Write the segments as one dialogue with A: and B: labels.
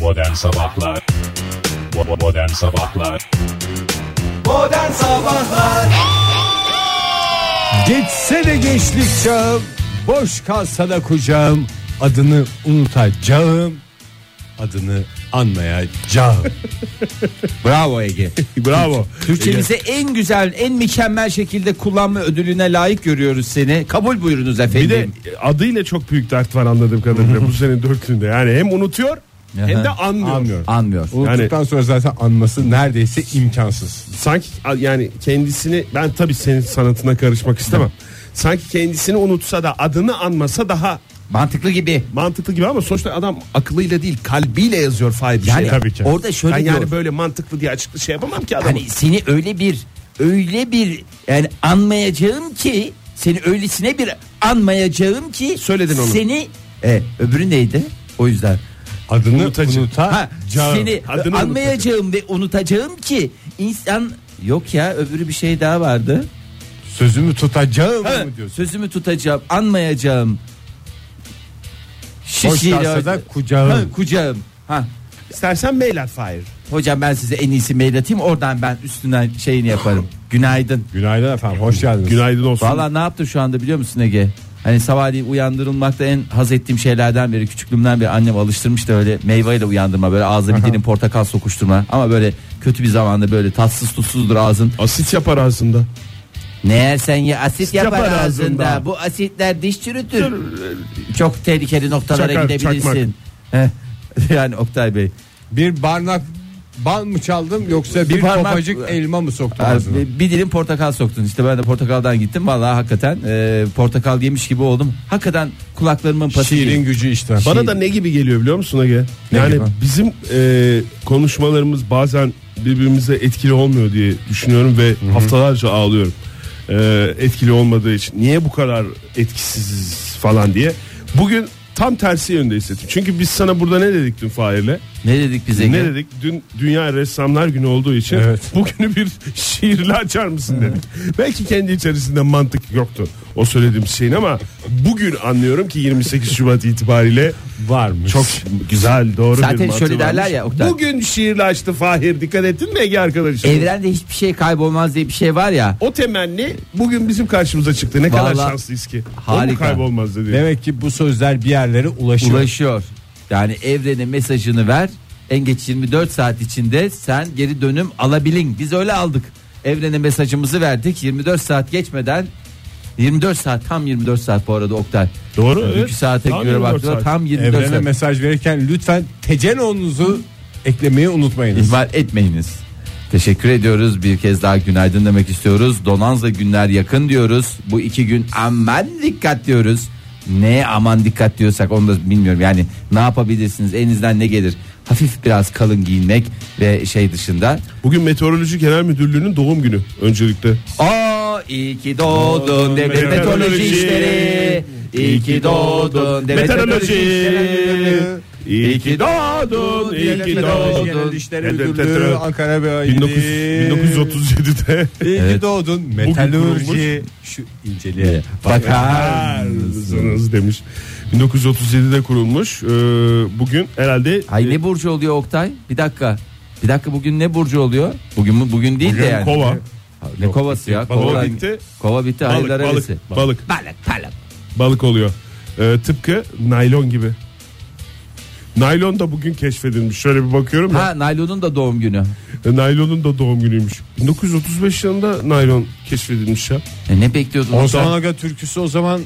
A: Modern Sabahlar Bo- Modern Sabahlar
B: Modern Sabahlar
C: Geçse de gençlik çağım Boş kalsa da kucağım Adını unutacağım Adını anmayacağım Bravo Ege Bravo
D: Türkçemizi en güzel, en mükemmel şekilde kullanma ödülüne layık görüyoruz seni. Kabul buyurunuz
E: Bir de
D: efendim.
E: adıyla çok büyük dert var anladığım kadarıyla bu senin dörtlüğünde. Yani hem unutuyor hem de anlıyor.
C: Anlıyorum
D: Anmıyor.
C: Unuttuktan sonra zaten anması neredeyse imkansız
E: Sanki a- yani kendisini ben tabii senin sanatına karışmak istemem. Sanki kendisini unutsa da adını anmasa daha
D: Mantıklı gibi.
E: mantıklı gibi ama sonuçta adam akıllıyla değil kalbiyle yazıyor Fahir bir
D: Yani
E: şey.
D: Tabii ki. orada şöyle
E: ben
D: diyor.
E: yani böyle mantıklı diye açıklı şey yapamam ki adamı.
D: Hani seni öyle bir öyle bir yani anmayacağım ki seni öylesine bir anmayacağım ki
E: Söyledin onu.
D: Seni e, öbürü neydi? O yüzden.
C: Adını
E: Unutacağım.
D: Ha,
C: unutacağım
D: seni
E: Adını
D: anmayacağım ve unutacağım ki insan yok ya öbürü bir şey daha vardı.
C: Sözümü tutacağım
D: Ha,
C: mı diyorsun
D: sözümü tutacağım, anmayacağım.
C: Boş
D: Şişiyle-
C: kalsa da
D: Ha,
C: kucağım
D: kucağım. Ha.
E: İstersen mail at Fahir.
D: Hocam ben size en iyisi mail atayım oradan ben üstünden şeyini yaparım. Günaydın.
C: Günaydın efendim hoş geldiniz
E: Günaydın olsun.
D: Valla ne yaptın şu anda biliyor musun Ege? Hani sabahleyin uyandırılmakta en haz ettiğim şeylerden biri küçüklüğümden beri annem alıştırmıştı öyle meyveyle uyandırma böyle ağza bir dilim portakal sokuşturma ama böyle kötü bir zamanda böyle tatsız tutsuzdur ağzın.
E: Asit yapar ağzında.
D: Ne yersen ye asit yapar,
E: yapar
D: ağzında.
E: ağzında.
D: Bu asitler diş çürütür. Çok tehlikeli noktalara
E: Çakar,
D: gidebilirsin. Heh. Yani Oktay Bey.
C: Bir barnak ban mı çaldım yoksa bir,
D: Bir parmak-
C: kopacık elma mı soktum
D: Abi,
C: ağzına?
D: bir dilim portakal soktun işte ben de portakaldan gittim vallahi hakikaten e, portakal yemiş gibi oldum hakikaten kulaklarımın pati
C: Şiirin
D: gibi.
C: gücü işte.
E: Bana
D: Şey-
E: da ne gibi geliyor biliyor musun Ege?
D: Ne
E: yani
D: gibi?
E: bizim e, konuşmalarımız bazen birbirimize etkili olmuyor diye düşünüyorum ve haftalarca ağlıyorum. E, etkili olmadığı için niye bu kadar etkisiziz falan diye. Bugün tam tersi yönde hissettim. Çünkü biz sana burada ne dedik dün Fahir'le?
D: ne dedik bize
E: Ne dedik? Dün Dünya Ressamlar Günü olduğu için
C: Evet.
E: bugünü bir şiirle açar mısın dedik. Belki kendi içerisinde mantık yoktu o söylediğim şeyin ama bugün anlıyorum ki 28 Şubat itibariyle
C: varmış.
E: çok güzel doğru
D: Zaten
E: bir mantığı
D: şöyle derler
E: varmış.
D: ya Oktay.
E: Bugün şiirle açtı Fahir dikkat ettin mi Ege arkadaşım?
D: evrende hiçbir şey kaybolmaz diye bir şey var ya
E: O temenni bugün bizim karşımıza çıktı. Ne kadar
D: Vallahi
E: şanslıyız ki. O mu
D: harika.
E: kaybolmaz dedi.
C: Demek ki bu sözler bir yerlere
E: Şey-
C: ulaşıyor.
D: ulaşıyor yani evrene mesajını ver en geç 24 saat içinde sen geri dönüm alabilin biz öyle aldık evrene mesajımızı verdik 24 saat geçmeden 24 saat tam 24 saat bu arada Oktay.
E: Doğru,
D: Çünkü
E: evet.
D: saate
E: Tam
D: göre
E: 24
D: baktığında
E: saat.
D: tam 24
C: Evrene
D: saat.
C: mesaj verirken lütfen tecenonunuzu eklemeyi unutmayınız.
D: İhmal etmeyiniz. Teşekkür ediyoruz. Bir kez daha günaydın demek istiyoruz. Donanza günler yakın diyoruz. Bu iki gün aman dikkat diyoruz. Ne aman dikkat diyorsak onu da bilmiyorum. Yani ne yapabilirsiniz? Elinizden ne gelir? Hafif biraz kalın giyinmek ve şey dışında.
E: Bugün Meteoroloji Genel Müdürlüğü'nün doğum günü öncelikle.
D: Aa iyi ki doğdun devlet meteoroloji işleri. İyi ki doğdun devlet meteoroloji işleri.
E: İyi ki doğdun, iyi ki
C: Meteoroloji
E: doğdun.
C: Genel İşleri
E: Evet,
C: Müdürlüğü
E: evet.
C: Ankara Beyliği.
E: 1900 1937'de
C: İyi ki
D: Evet.
C: doğdun. Metalurji şu inceliğe.
D: Ee, Bakar.
E: Zınız demiş. 1937'de kurulmuş. Ee, bugün herhalde
D: Ay ne burcu oluyor Oktay? Bir dakika. Bir dakika bugün ne burcu oluyor? Bugün mü? Bugün değil
E: bugün
D: de yani.
E: kova.
D: Ne kovası ya?
E: Balık
D: Kova
E: bitti.
D: Kova bitti.
E: Balık,
D: hayırlara
E: balık,
D: vesile.
E: balık.
D: Balık, balık.
E: Balık oluyor. Ee, tıpkı naylon gibi. Naylon da bugün keşfedilmiş. Şöyle bir bakıyorum da.
D: Ha naylonun da doğum günü.
E: E, Naylonun da doğum günüymüş. 1935 yılında naylon keşfedilmiş ya.
D: E, ne bekliyordun?
C: Osman
D: Oktay?
C: Aga türküsü o zaman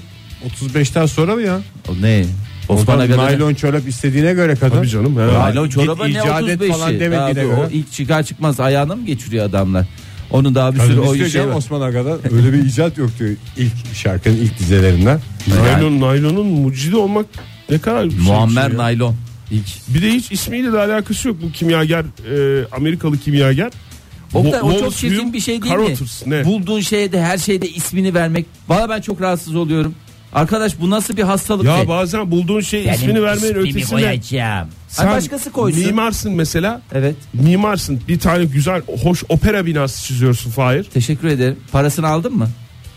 C: 35'ten sonra mı ya?
D: O ne? Osman
C: Osman
D: Aga'da
C: Naylon çorap istediğine göre kadın.
E: Tabii canım herhalde.
D: Naylon
C: Git
D: çoraba ne
C: icat et
D: 35'i?
C: falan demediğine
D: Daha dur,
C: göre.
D: O ilk çıkar çıkmaz ayağına mı geçiriyor adamlar? Onun daha bir sürü
C: Kadın
D: o
C: istiyor
D: şey
C: canım
D: var.
C: Osman Aga'da öyle bir icat yok diyor ilk şarkının ilk dizelerinden.
E: Naylon, naylonun mucidi olmak ne kadar güzel bir şey
D: Muammer
E: ya.
D: naylon. İlk.
E: Bir de hiç ismiyle de alakası yok bu kimyager e, Amerikalı kimyager.
D: Oktay,
E: Wa-
D: o çok
E: Wallace
D: çirkin
E: William
D: bir şey değil
E: Carothers,
D: mi?
E: Ne?
D: Bulduğun şeye de her şeyde ismini vermek. Valla ben çok rahatsız oluyorum. Arkadaş bu nasıl bir hastalık?
E: ya
D: be?
E: bazen bulduğun şey
D: Benim
E: ismini vermenin
D: ismimi
E: ötesinde.
D: koyacağım.
E: Sen
D: Ay, başkası koysun.
E: Mimarsın mesela.
D: Evet.
E: Mimarsın bir tane güzel hoş opera binası çiziyorsun Fahir.
D: Teşekkür ederim. Parasını aldın mı?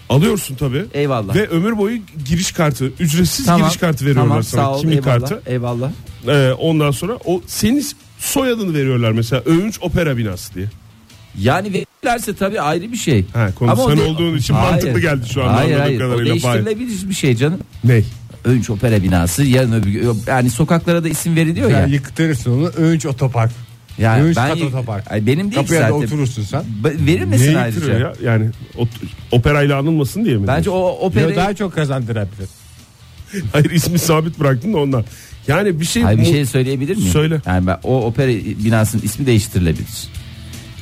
E: Alıyorsun tabi.
D: Eyvallah.
E: Ve ömür boyu giriş kartı ücretsiz giriş kartı veriyorlar
D: tamam,
E: sana
D: sağ ol,
E: kimlik
D: eyvallah,
E: kartı.
D: Eyvallah.
E: Ee, ondan sonra o senin soyadını veriyorlar mesela Övünç Opera Binası diye.
D: Yani verirlerse tabii ayrı bir şey.
E: Ha, konu
D: Ama o
E: sen
D: de-
E: olduğun için mantıklı geldi şu anda
D: Hayır
E: anladığım
D: hayır. O
E: kadarıyla. Bay.
D: değiştirilebilir bir şey canım.
C: Ney?
D: Önç opera binası yarın öbür gün- yani sokaklara da isim veriliyor ya.
C: Sen yıktırırsın onu. Önç otopark.
D: Yani
C: Önç
D: ben-
C: kat otopark.
D: Ay, benim değil ki
C: Kapıya da
D: zaten.
C: oturursun sen.
D: Ba- Verir misin
E: Niye yitiriyor
D: ayrıca?
E: ya? Yani o, operayla anılmasın diye mi?
D: Bence o
C: Yo,
D: opera
C: daha çok kazandırabilir.
E: Hayır ismi sabit bıraktın da ondan. Yani bir şey...
D: Hayır, bir
E: mu-
D: şey söyleyebilir miyim?
E: Söyle.
D: Yani ben- o opera binasının ismi değiştirilebilir.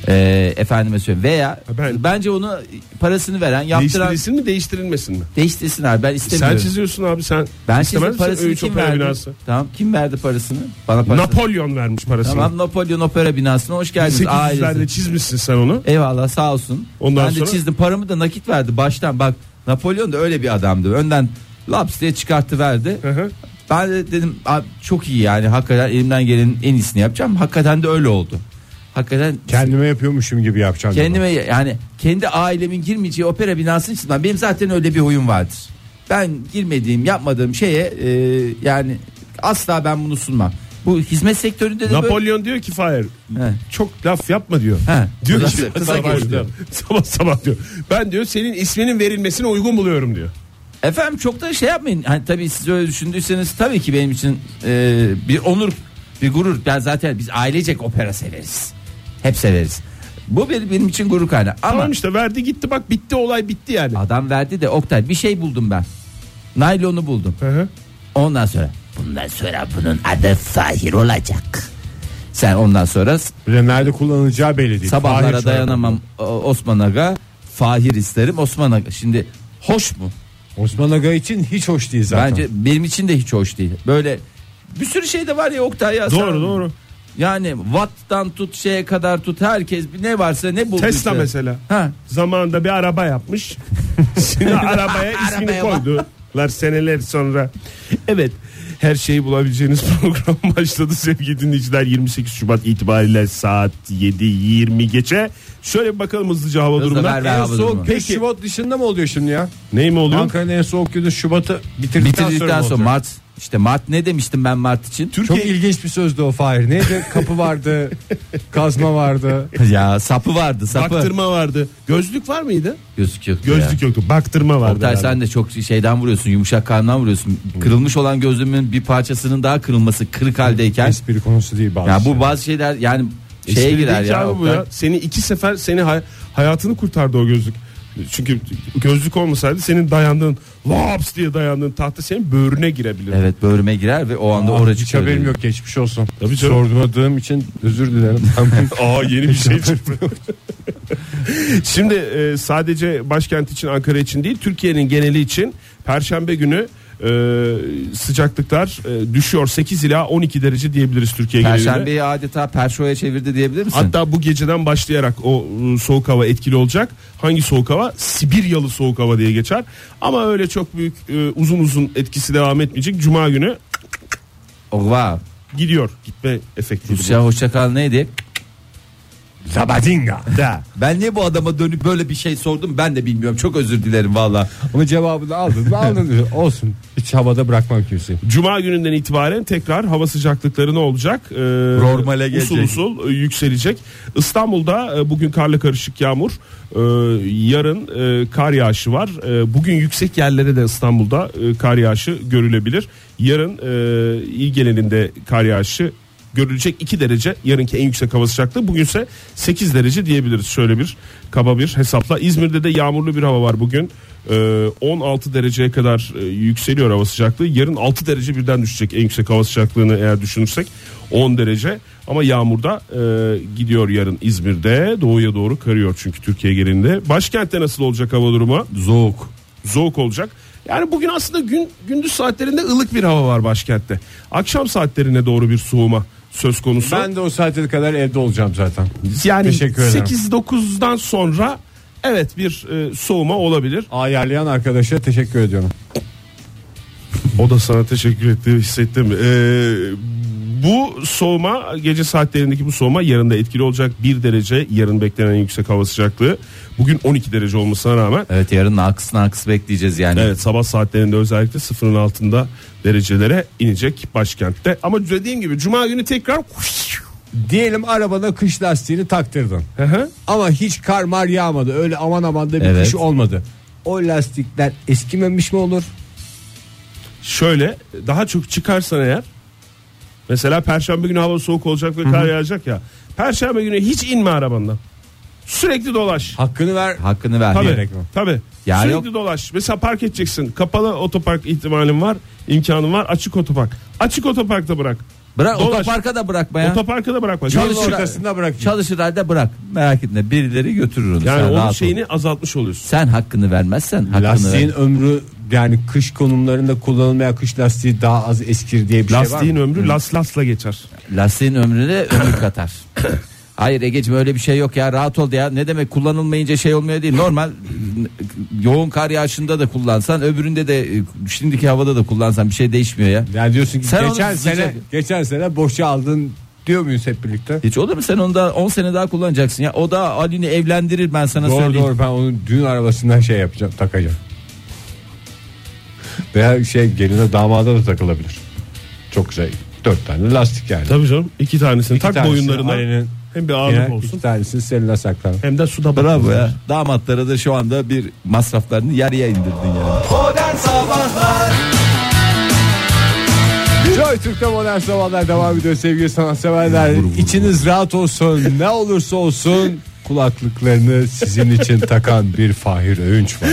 D: Ee, efendime söyleyeyim veya
E: ben-
D: bence onu parasını veren yaptıran
E: Değiştirilsin mi değiştirilmesin mi?
D: değiştirsin abi ben
E: Sen
D: istemiyorum.
E: çiziyorsun abi sen.
D: ben
E: İstemez
D: sizin
E: misin
D: parasını
E: Övünç
D: kim
E: Opera
D: verdi?
E: Binası?
D: Tamam kim verdi parasını? Bana parasını.
E: Napolyon vermiş parasını.
D: Tamam Napolyon Opera binasına hoş geldiniz
E: 800'lerde
D: ailesi.
E: çizmişsin sen onu.
D: Eyvallah sağ olsun.
E: Ondan
D: ben de
E: sonra-
D: çizdim paramı da nakit verdi baştan bak Napolyon da öyle bir adamdı. Önden laps diye çıkarttı verdi.
E: Hı hı.
D: Ben de dedim "Abi çok iyi yani hakikaten elimden gelenin en iyisini yapacağım. Hakikaten de öyle oldu. Hakikaten
C: Kendime yapıyormuşum gibi yapacağım.
D: kendime yani kendi ailemin girmeyeceği opera binasının içinden benim zaten öyle bir huyum vardır. Ben girmediğim yapmadığım şeye e, yani asla ben bunu sunmam. Bu hizmet sektöründe de böyle.
E: Napolyon diyor ki Fahir
D: He.
E: çok laf yapma diyor.
D: He.
E: Diyor
D: Kısa-
E: ki
D: kısa
E: sabah,
D: kes diyor.
E: sabah sabah diyor. Ben diyor senin isminin verilmesine uygun buluyorum diyor.
D: Efendim çok da şey yapmayın. Hani tabii siz öyle düşündüyseniz tabii ki benim için e, bir onur, bir gurur. Ben zaten biz ailecek opera severiz. Hep severiz. Bu benim, benim için gurur kaynağı. Ama
E: Tamam işte verdi gitti bak bitti olay bitti yani.
D: adam verdi de Oktay bir şey buldum ben. Naylonu buldum.
E: Hı hı.
D: Ondan sonra bundan sonra bunun adı Fahir olacak. Sen ondan sonra s-
C: Bir de nerede kullanacağı belli değil.
D: sabahlara
C: Fahir şu an.
D: dayanamam o- Osman Aga. Fahir isterim Osman Aga. Şimdi hoş mu?
C: Osman Aga için hiç hoş değil zaten.
D: Bence benim için de hiç hoş değil. Böyle bir sürü şey de var ya Oktay ya.
E: Doğru
D: sen-
E: doğru.
D: Yani Watt'tan tut şeye kadar tut herkes ne varsa ne bulduysa.
E: Tesla mesela.
D: Ha.
E: Zamanında bir araba yapmış. Şimdi arabaya ismini
D: Arabaya bak.
E: koydular seneler sonra. Evet. Her şeyi bulabileceğiniz program başladı sevgili dinleyiciler. 28 Şubat itibariyle saat 7.20 geçe. Şöyle bir bakalım hızlıca hava
D: Hızla
E: durumuna.
D: ver, ver
E: En
D: hava
E: son
D: durumunu.
E: peki-
C: Peki. Şubat dışında mı oluyor şimdi ya?
E: Ney mi oluyor?
C: Ankara'nın en soğuk günü Şubat'ı bitirdikten,
D: Bitirdikten sonra
C: mı olacak?
D: Mart işte Mart ne demiştim ben Mart için?
C: Çok ilginç bir sözdü o Fahir. Neydi? Kapı vardı, kazma vardı.
D: ya sapı vardı sapı.
E: Baktırma vardı. Gözlük var mıydı?
D: Gözlük yok.
E: Gözlük yoktu. Baktırma vardı.
D: Oktay
E: herhalde.
D: sen de çok şeyden vuruyorsun yumuşak karnından vuruyorsun. Kırılmış olan gözlüğümün bir parçasının daha kırılması kırık haldeyken.
C: Espri konusu değil bazı.
D: Ya
C: şey.
D: bu bazı şeyler yani şeye
E: Espri
D: girer
E: değil ki
D: ya,
E: abi E, bu
D: Oktay.
E: ya. Seni iki sefer seni hay- hayatını kurtardı o gözlük. Çünkü gözlük olmasaydı senin dayandığın laps diye dayandığın tahta senin böğrüne girebilirdi.
D: Evet böğrüme girer ve o anda
C: Aa,
D: oracık
C: hiç haberim
D: görüyor.
C: yok geçmiş olsun.
E: Tabii canım.
C: Sormadığım için özür dilerim. Ben-
E: Aa yeni bir şey çıktı. Şimdi e, sadece başkent için Ankara için değil Türkiye'nin geneli için Perşembe günü e, sıcaklıklar e, düşüyor 8 ila 12 derece diyebiliriz Türkiye genelinde.
D: Perşembeyi adeta perşoya çevirdi diyebilir misin?
E: Hatta bu geceden başlayarak o e, soğuk hava etkili olacak. Hangi soğuk hava? Sibiryalı soğuk hava diye geçer. Ama öyle çok büyük e, uzun uzun etkisi devam etmeyecek. Cuma günü
D: Ova.
E: gidiyor. Gitme efekti.
D: Rusya hoşça kal neydi?
C: Zabadinga. Da.
D: Ben niye bu adama dönüp böyle bir şey sordum ben de bilmiyorum. Çok özür dilerim valla.
C: Ama cevabını aldın. mı? Aldın. Olsun. Hiç havada bırakmam kimseyi.
E: Cuma gününden itibaren tekrar hava sıcaklıkları ne olacak? Ee,
D: Normale
E: Usul
D: gelecek.
E: usul e, yükselecek. İstanbul'da e, bugün karla karışık yağmur. Ee, yarın e, kar yağışı var. Ee, bugün yüksek yerlere de İstanbul'da e, kar yağışı görülebilir. Yarın e, il genelinde kar yağışı görülecek 2 derece yarınki en yüksek hava sıcaklığı bugünse 8 derece diyebiliriz şöyle bir kaba bir hesapla İzmir'de de yağmurlu bir hava var bugün Ee, 16 dereceye kadar e, yükseliyor hava sıcaklığı yarın 6 derece birden düşecek en yüksek hava sıcaklığını eğer düşünürsek 10 derece ama yağmurda e, gidiyor yarın İzmir'de doğuya doğru karıyor çünkü Türkiye genelinde başkentte nasıl olacak hava durumu
D: Zoğuk.
E: soğuk olacak. Yani bugün aslında gün gündüz saatlerinde ılık bir hava var başkentte. Akşam saatlerine doğru bir soğuma söz konusu.
C: Ben de o saate kadar evde olacağım zaten.
E: yani
C: Teşekkür ederim.
E: 8-9'dan sonra evet bir e, soğuma olabilir.
C: Ayarlayan arkadaşa teşekkür ediyorum.
E: O da sana teşekkür etti hissettim. Ee, bu soğuma gece saatlerindeki bu soğuma yarın da etkili olacak 1 derece yarın beklenen yüksek hava sıcaklığı. Bugün 12 derece olmasına rağmen
D: Evet yarın aksına aks bekleyeceğiz yani.
E: Evet sabah saatlerinde özellikle sıfırın altında derecelere inecek başkentte. Ama dediğim gibi cuma günü tekrar
C: Diyelim arabana kış lastiğini taktırdın. Ama hiç kar mar yağmadı. Öyle aman aman da bir
D: Evet.
C: kış olmadı. O lastikler eskimemiş mi olur?
E: şöyle daha çok çıkarsan eğer mesela perşembe günü hava soğuk olacak ve kar yağacak ya. Perşembe günü hiç inme arabandan. Sürekli dolaş.
C: Hakkını ver.
D: Hakkını ver.
E: Tabii.
C: gerek yok.
E: Tabii.
D: Yani
E: Sürekli
D: yok.
E: dolaş. Mesela park edeceksin. Kapalı otopark ihtimalin var, imkanın var. Açık otopark. Açık otoparkta bırak.
D: Bırak
E: Dolaş.
D: otoparka da bırakma ya.
E: Otoparka da bırakma.
D: Çalış-
C: Yolun ortasında bırak.
D: Çalışır halde bırak. Merak etme birileri götürür onu.
E: Yani
D: sen
E: onun
D: rahat ol.
E: şeyini azaltmış oluyorsun.
D: Sen hakkını vermezsen hakkını
C: Lastiğin
D: ver.
C: ömrü yani kış konumlarında kullanılmayan kış lastiği daha az eskir diye bir şey
E: Lastiğin
C: var mı?
E: ömrü las lasla geçer.
D: Lastiğin ömrüne ömür katar. Hayır Ege'cim öyle bir şey yok ya rahat ol ya ne demek kullanılmayınca şey olmuyor değil normal yoğun kar yağışında da kullansan öbüründe de e, şimdiki havada da kullansan bir şey değişmiyor ya
C: Yani diyorsun ki
D: Sen
C: geçen
D: onu
C: sene
D: sıcak-
C: geçen sene boşa aldın diyor muyuz hep birlikte?
D: hiç olur mu sen ondan 10 sene daha kullanacaksın ya o da Ali'ni evlendirir ben sana
C: Doğru
D: söyleyeyim
C: doğru ben onun düğün arabasından şey yapacağım takacağım. Veya şey geline damada da takılabilir. Çok güzel. Dört tane lastik yani.
E: Tabii canım. iki tanesini
C: İki
E: tak
C: tanesini
E: boyunlarına.
C: ailenin-
E: Hem bir
C: Yine
E: ağırlık
C: iki
E: olsun.
C: tanesini seninle saklan.
E: Hem de suda
D: bravo
E: batmasın.
D: ya damatlara da şu anda bir masraflarını yarıya indirdin yani.
B: Modern Sabahlar
C: Joy Türk'te modern sabahlar devam ediyor sevgili sanatseverler. İçiniz rahat olsun ne olursa olsun kulaklıklarını sizin için takan bir Fahir Öğünç var.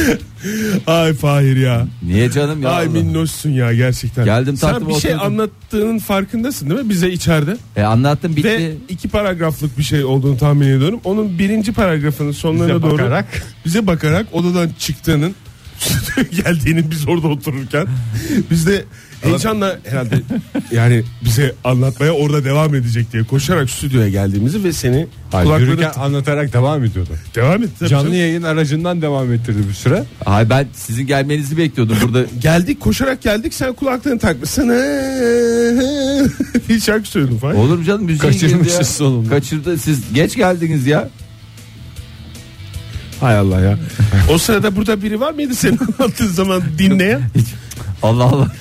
E: Ay Fahir ya.
D: Niye canım ya?
E: Ay
D: Allah.
E: minnoşsun ya gerçekten.
D: Geldim,
E: Sen
D: taktım,
E: bir şey
D: oturdum.
E: anlattığının farkındasın değil mi bize içeride?
D: E anlattım bitti.
E: Ve iki paragraflık bir şey olduğunu tahmin ediyorum. Onun birinci paragrafının sonlarına
C: Bize
E: doğru
C: bakarak.
E: bize bakarak odadan çıktığının geldiğini biz orada otururken biz de heyecanla herhalde yani bize anlatmaya orada devam edecek diye koşarak stüdyoya geldiğimizi ve seni
C: Hayır,
E: kulakları
C: yürürken anlatarak devam ediyordu.
E: devam et. tabii
C: Canlı
E: canım.
C: yayın aracından devam ettirdi bir süre.
D: Ay ben sizin gelmenizi bekliyordum burada.
E: Geldik koşarak geldik sen kulaklığını takmışsın. bir şarkı söyledim
C: Oh.
E: falan.
D: Olur mu canım müziğin girdi
C: Kaçırmışız
D: ya.
C: sonunda.
D: Kaçırdı siz geç geldiniz ya.
E: Hay Allah ya. o sırada burada biri var mıydı senin anlattığın zaman dinleyen?
D: Allah Allah.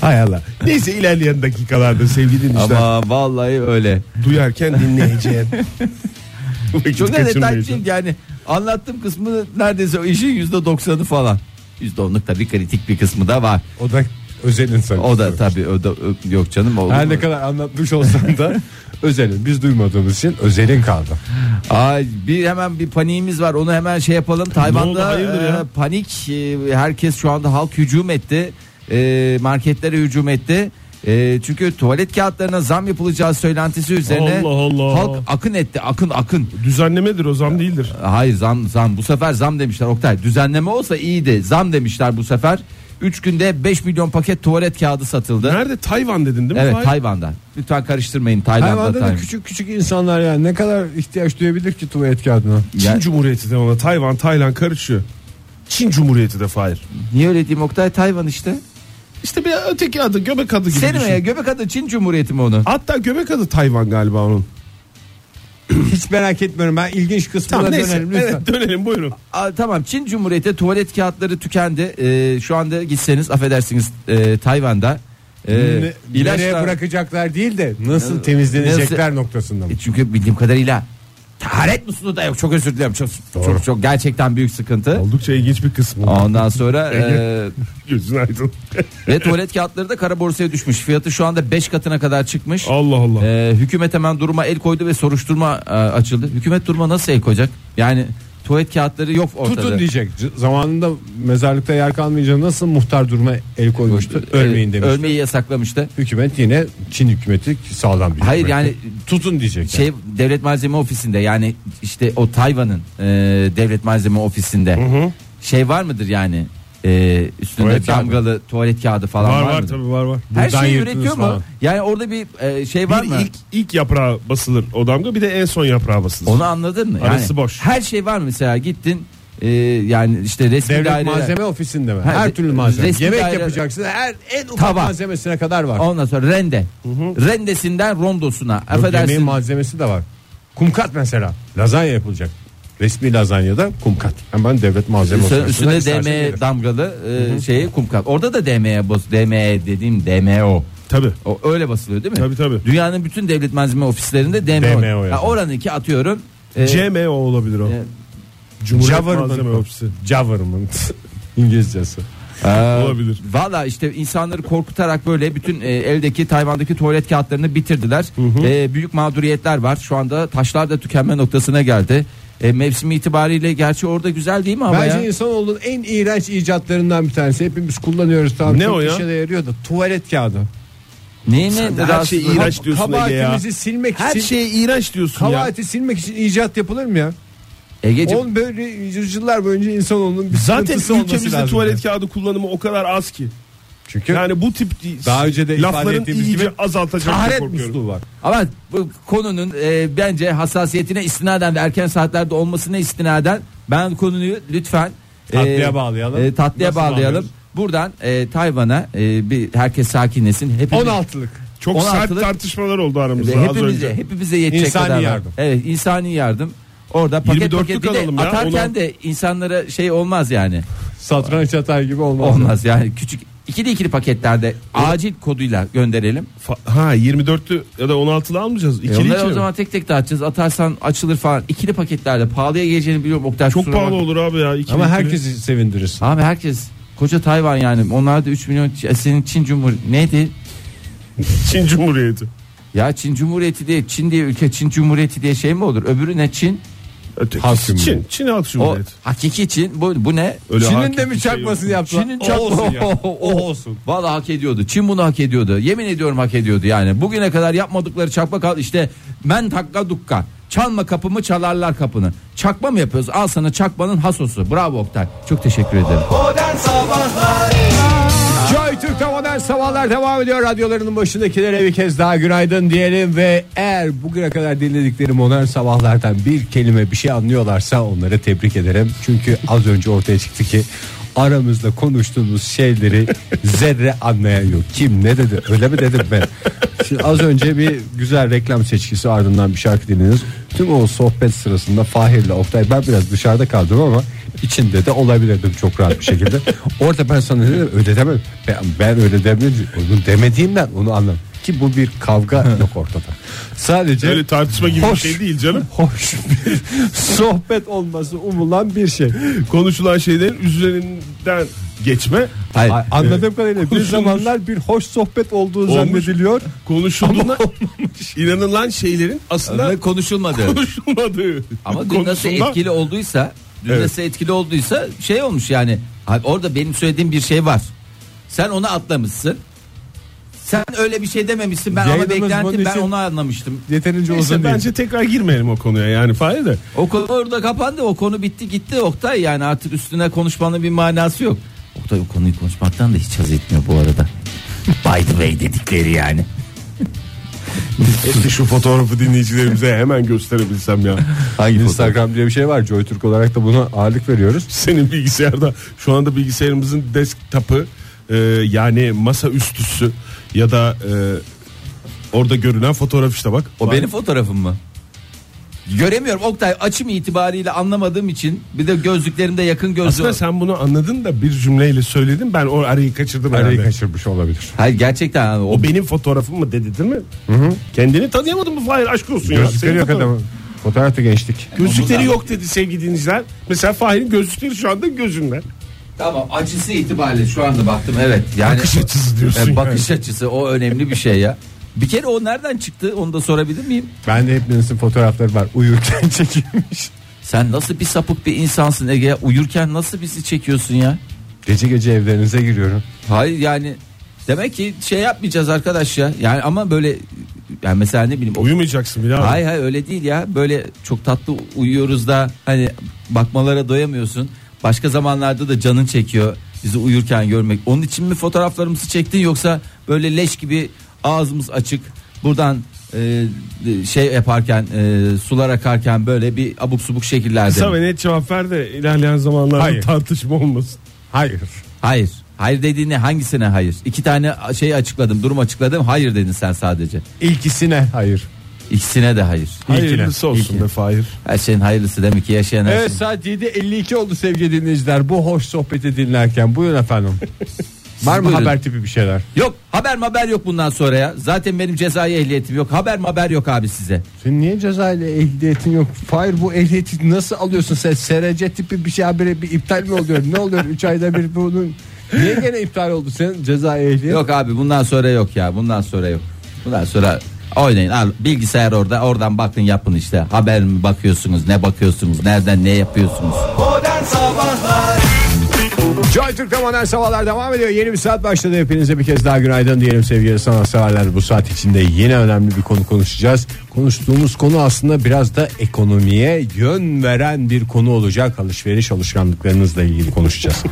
E: Hay Allah. Neyse ilerleyen dakikalarda sevgili dinleyiciler
D: Ama vallahi öyle.
E: duyarken dinleyeceğim.
D: Çok da detaycıyım yani anlattığım kısmı neredeyse o işin yüzde doksanı falan. Yüzde onluk tabii kritik bir kısmı da var.
C: O da özelin sanki.
D: O da tabii o da ö- yok canım. Olur
C: Her
D: mu?
C: ne kadar anlatmış olsam da özelin biz duymadığımız için özelin kaldı.
D: Ay bir hemen bir paniğimiz var. Onu hemen şey yapalım. Tayvan'da
E: hayırdır
D: e,
E: ya?
D: panik. e, herkes şu anda halk hücum etti. E, marketlere hücum etti. E, çünkü tuvalet kağıtlarına zam yapılacağı söylentisi üzerine
E: Allah Allah.
D: halk akın etti. Akın akın.
E: Düzenlemedir o zam değildir.
D: Hayır zam zam. Bu sefer zam demişler Oktay. Düzenleme olsa iyiydi. Zam demişler bu sefer. 3 günde 5 milyon paket tuvalet kağıdı satıldı.
E: Nerede Tayvan dedin değil mi?
D: Evet
E: Fahir?
D: Tayvan'da. Lütfen karıştırmayın Tayland'da.
C: Hayvanda da
D: Tayvan.
C: küçük küçük insanlar yani ne kadar ihtiyaç duyabilir ki tuvalet kağıdına?
E: Çin
D: Ya-
E: Cumhuriyeti de ona Tayvan Tayland karışıyor. Çin Cumhuriyeti de Fahir.
D: Niye öyle diyeyim Oktay? Tayvan işte.
E: İşte bir öteki adı göbek adı gibi
D: Seni
E: düşün.
D: mi ya? Göbek adı Çin Cumhuriyeti mi onu?
E: Hatta göbek adı Tayvan galiba onun.
C: Hiç merak etmiyorum ben ilginç kısmına
E: Tamam neyse.
C: dönelim lütfen.
E: Evet, dönelim buyurun.
D: Aa, tamam Çin Cumhuriyeti tuvalet kağıtları tükendi. Ee, şu anda gitseniz affedersiniz e, Tayvan'da. E,
C: Ne- Ee, nereye
D: ilaçlar-
C: bırakacaklar değil de nasıl temizlenecekler noktasında mı?
D: E, çünkü bildiğim kadarıyla taharet musluğu da yok. Çok özür dilerim. Çok çok, çok gerçekten büyük sıkıntı.
E: Oldukça ilginç bir kısmı.
D: Ondan sonra e,
E: Gözün aydın.
D: ve tuvalet kağıtları da kara borsaya düşmüş. Fiyatı şu anda 5 katına kadar çıkmış.
C: Oh.
E: Allah Allah.
D: E, hükümet hemen duruma el koydu ve soruşturma e, açıldı. Hükümet duruma nasıl el koyacak? Yani tuvalet kağıtları yok ortada.
C: Tutun diyecek. C- Zamanında mezarlıkta yer kalmayınca nasıl muhtar duruma el koymuştu?
D: E,
C: Ölmeyin demişti.
D: Ölmeyi yasaklamıştı.
C: Hükümet yine Çin hükümeti ki sağlam bir
D: Hayır
C: hükümet.
D: yani-
C: tutun diyecek.
D: şey devlet malzeme ofisinde yani işte o Tayvan'ın e, devlet malzeme ofisinde şey var mıdır yani e, üstünde
C: Tuvalet kağıdı.
D: damgalı tuvalet kağıdı falan var,
E: var var
D: mıdır?
E: tabii var var.
D: Her
C: Buradan
D: şeyi
C: yırtınız
D: üretiyor mu?
C: falan.
D: Yani orada bir e, şey var
E: bir
D: mı?
E: ilk ilk yaprağı basılır o damga bir de en son yaprağı basılır.
D: Onu anladın mı?
E: Arası boş.
D: Her şey var mı mesela gittin e, yani işte resmi
C: Devlet
D: daireler-
C: malzeme ofisinde mi?
D: Ha,
C: Her
D: de-
C: türlü malzeme.
D: resmi
C: Yemek
D: daire-
C: yapacaksın. Her en ufak
D: Tabak.
C: malzemesine kadar var.
D: Ondan sonra rende. Rendesinden rondosuna.
C: Yok,
D: Affedersin.
C: Yemeğin malzemesi de var. Kumkat mesela. Lazanya yapılacak. Resmi lazanyadan kumkat. Hemen devlet malzeme
D: Üstüne,
C: ofisinden
D: üstüne
C: istersen gelir.
D: DM damgalı e, şeyi kumkat. Orada da DM'ye bas. DM dediğim DMO.
E: Tabii.
D: O öyle basılıyor değil mi?
E: Tabii, tabii.
D: Dünyanın bütün devlet malzeme ofislerinde DMO.
C: DMO
D: Ha,
C: yazıyor.
D: oranınki atıyorum. e,
E: CMO olabilir o.
D: e,
E: Cumhuriyet
C: Government.
E: Malzeme Ofisi.
C: Government. İngilizcesi.
E: Olabilir.
D: Ee, Valla işte insanları korkutarak böyle bütün e, eldeki Tayvan'daki tuvalet kağıtlarını bitirdiler. E, büyük mağduriyetler var. Şu anda taşlar da tükenme noktasına geldi. E, mevsimi itibariyle gerçi orada güzel değil mi hava
C: Bence
D: ya?
C: insanoğlunun en iğrenç icatlarından bir tanesi. Hepimiz kullanıyoruz. Tamam,
E: Ne
C: çok
E: o ya?
C: işe de yarıyor da tuvalet kağıdı.
D: Neyine
E: Her şey
D: rahatsızlık-
E: iğrenç diyorsun Ege ya.
C: Kabahatimizi silmek
E: Her
C: için
E: şey iğrenç diyorsun ya.
C: kabahati silmek için icat yapılır mı ya?
D: Egeciğim,
C: On böyle yüzyıllar boyunca insanoğlunun bir
E: Zaten
C: sıkıntısı olması
E: ülkemizde
C: lazım
E: tuvalet
C: yani.
E: kağıdı kullanımı o kadar az ki.
C: Çünkü
E: Yani bu tip
C: Daha önce de ifade
E: lafların
C: ettiğimiz
E: iyice
C: gibi
E: azaltacak
C: taharet
E: korkuyorum.
C: musluğu var.
D: ama bu konunun e, bence hassasiyetine istinaden ve erken saatlerde olmasına istinaden ben konuyu lütfen
C: Tatlıya bağlayalım.
D: e, tatlıya
C: Nasıl
D: bağlayalım.
C: bağlıyoruz?
D: Buradan e, Tayvan'a e, bir herkes sakinlesin. Hepimiz,
C: 16'lık.
E: Çok
D: 16'lık
E: sert tartışmalar oldu aramızda
D: Ve
E: az
D: hepimize,
E: önce.
D: hepimize yetecek
C: İnsani
D: kadar var.
C: yardım.
D: Evet insani yardım. Orada paket
E: 24'lük
D: paket bir de
E: alalım ya,
D: atarken
E: ona-
D: de insanlara şey olmaz yani.
C: Satranç atar gibi olmaz.
D: Olmaz yani küçük ikili ikili paketlerde
E: E-
D: acil koduyla gönderelim.
E: Fa- Ha 24'lü ya da 16'lı almayacağız.
D: E
E: İkili
D: onları
E: ikili
D: o
E: mi?
D: zaman tek tek dağıtacağız. Atarsan açılır falan. İkili paketlerde pahalıya geleceğini biliyorum. Oktay,
E: Çok
D: kusura
E: pahalı
D: bakma.
E: olur abi ya. ikili
C: Ama
E: ikili.
C: herkesi sevindirirsin.
D: Abi herkes koca Tayvan yani. Onlar da 3 milyon Ç- senin Çin Cumhuriyeti neydi?
E: Çin Cumhuriyeti.
D: Ya Çin Cumhuriyeti diye Çin diye ülke Çin Cumhuriyeti diye şey mi olur? Öbürü ne Çin?
E: Öteki.
C: Halk
E: Çin,
C: Cumhuriyeti.
E: Çin Halk
D: O
E: Cumhuriyeti.
D: hakiki Çin. Bu, bu ne?
E: Öyle
C: Çin'in
E: hakim
C: de mi
E: bir şey
C: çakmasını
E: yok.
C: yaptılar?
D: Çin'in
C: O olsun
D: çakma
C: ya. O olsun.
D: Valla hak ediyordu. Çin bunu hak ediyordu. Yemin ediyorum hak ediyordu yani. Bugüne kadar yapmadıkları çakma kal işte men takka dukka. Çalma kapımı çalarlar kapını. Çakma mı yapıyoruz? Al sana çakmanın hasosu. Bravo Oktay. Çok teşekkür ederim.
B: Modern Sabahlar
C: Joy Türk'te modern sabahlar devam ediyor. Radyolarının başındakilere bir kez daha günaydın diyelim ve eğer bugüne kadar dinledikleri modern sabahlardan bir kelime bir şey anlıyorlarsa onları tebrik ederim. Çünkü az önce ortaya çıktı ki aramızda konuştuğumuz şeyleri zerre anlayan yok. Kim ne dedi öyle mi dedim ben. Şimdi az önce bir güzel reklam seçkisi ardından bir şarkı dinlediniz. Tüm o sohbet sırasında Fahir'le Oktay ben biraz dışarıda kaldım ama içinde de olabilirdim çok rahat bir şekilde. Orada ben sana ne dedim öyle demedim. Ben, ben öyle demedim. Onu demediğimden onu anladım. Ki bu bir kavga yok ortada. Sadece
E: Öyle tartışma gibi bir
C: Hoş.
E: şey değil canım.
C: hoş bir sohbet olması umulan bir şey.
E: Konuşulan şeylerin üzerinden geçme.
D: Hayır.
C: A- Anladığım kadarıyla bir
E: konuşulmuş.
C: zamanlar bir hoş sohbet olduğu
E: Olmuş.
C: zannediliyor.
E: Konuşulduğuna inanılan şeylerin aslında
D: Aslında konuşulmadı.
E: konuşulmadığı.
D: Ama dün nasıl
E: konusunda-
D: etkili olduysa, dün
E: Evet.
D: nasıl etkili olduysa şey olmuş yani. Abi orada benim söylediğim bir şey var. Sen onu atlamışsın. Sen öyle bir şey dememişsin. Ben ama
C: Yayınımız bunun
D: beklentim ben
C: için-
D: onu anlamıştım.
C: Yeterince uzun
E: Neyse
C: değil.
E: bence tekrar girmeyelim o konuya yani Fahir de.
D: O konu orada kapandı. O konu bitti gitti Oktay. Yani artık üstüne konuşmanın bir manası yok. Oktay o konuyu konuşmaktan da hiç haz etmiyor bu arada. By the way dedikleri yani.
E: Eski şu fotoğrafı dinleyicilerimize hemen gösterebilsem ya.
C: Hangi Instagram diye bir şey var. JoyTürk olarak da buna ağırlık veriyoruz.
E: Senin bilgisayarda şu anda bilgisayarımızın desktop'ı e, yani masa üstüsü ya da e, orada görünen fotoğraf işte bak.
D: O benim fotoğrafım mı? Göremiyorum Oktay açım itibariyle anlamadığım için bir de gözlüklerimde yakın gözlüğü.
E: Aslında sen bunu anladın da bir cümleyle söyledin ben o arayı kaçırdım
C: Arayı
E: herhalde.
C: kaçırmış olabilir.
D: Hayır gerçekten abi, o
E: o benim fotoğrafım mı dedi değil mi? Kendini tanıyamadın mı Fahir aşk olsun ya.
C: Gözlükleri
E: Senin
C: yok
E: fotoğraf-
C: adamın. Fotoğrafta gençlik.
E: Gözlükleri yok dedi sevgili dinleyiciler. Mesela Fahir'in gözlükleri şu anda gözümde.
D: Tamam acısı itibariyle şu anda baktım evet. Yani
E: Bakış açısı diyorsun.
D: E, bakış açısı o önemli bir şey ya. Bir kere o nereden çıktı onu da sorabilir miyim?
C: Ben de hepinizin fotoğrafları var. Uyurken çekilmiş.
D: Sen nasıl bir sapık bir insansın Ege? Uyurken nasıl bizi çekiyorsun ya?
C: Gece gece evlerinize giriyorum.
D: Hayır yani demek ki şey yapmayacağız arkadaş ya. Yani ama böyle yani mesela ne bileyim. o-
E: yani. Uyumayacaksın bile abi.
D: Hayır hayır öyle değil ya. Böyle çok tatlı uyuyoruz da hani bakmalara doyamıyorsun. Başka zamanlarda da canın çekiyor bizi uyurken görmek. Onun için mi fotoğraflarımızı çektin yoksa böyle leş gibi Ağzımız açık. Buradan e, şey yaparken e, sular akarken böyle bir abuk subuk şekillerde.
E: Kısa ve net cevap ver de ilerleyen zamanlarda
C: Hayır.
E: tartışma olmasın.
C: Hayır.
D: Hayır. Hayır dediğin ne? Hangisine hayır? İki tane şey açıkladım, durum açıkladım. Hayır dedin sen sadece.
C: İlkisine hayır.
D: İkisine de hayır.
E: Hayırlısı olsun
D: İlkine.
E: be Fahir.
D: Her şeyin hayırlısı demek ki yaşayan her
C: Evet
D: şey.
C: saat 7.52 oldu sevgili dinleyiciler. Bu hoş sohbeti dinlerken buyurun efendim. Var mı
D: buyurun.
C: haber tipi bir şeyler?
D: Yok haber haber yok bundan sonra ya. Zaten benim cezai ehliyetim yok. Haber haber yok abi size.
C: Senin niye cezayla ehliyetin yok? Hayır bu ehliyeti nasıl alıyorsun sen? SRC tipi bir şey habire bir iptal mi oluyor? ne oluyor 3 ayda bir bunun? Niye gene iptal oldu senin ceza ehliyet?
D: Yok abi bundan sonra yok ya. Bundan sonra yok. Bundan sonra oynayın. Al, bilgisayar orada. Oradan bakın yapın işte. Haber mi bakıyorsunuz? Ne bakıyorsunuz? Nereden ne yapıyorsunuz?
B: Modern Sabahlar
C: Joy Türk'te modern sabahlar devam ediyor. Yeni bir saat başladı. Hepinize bir kez daha günaydın diyelim sevgili sanatseverler. Bu saat içinde yine önemli bir konu konuşacağız. Konuştuğumuz konu aslında biraz da ekonomiye yön veren bir konu olacak. Alışveriş alışkanlıklarınızla ilgili konuşacağız.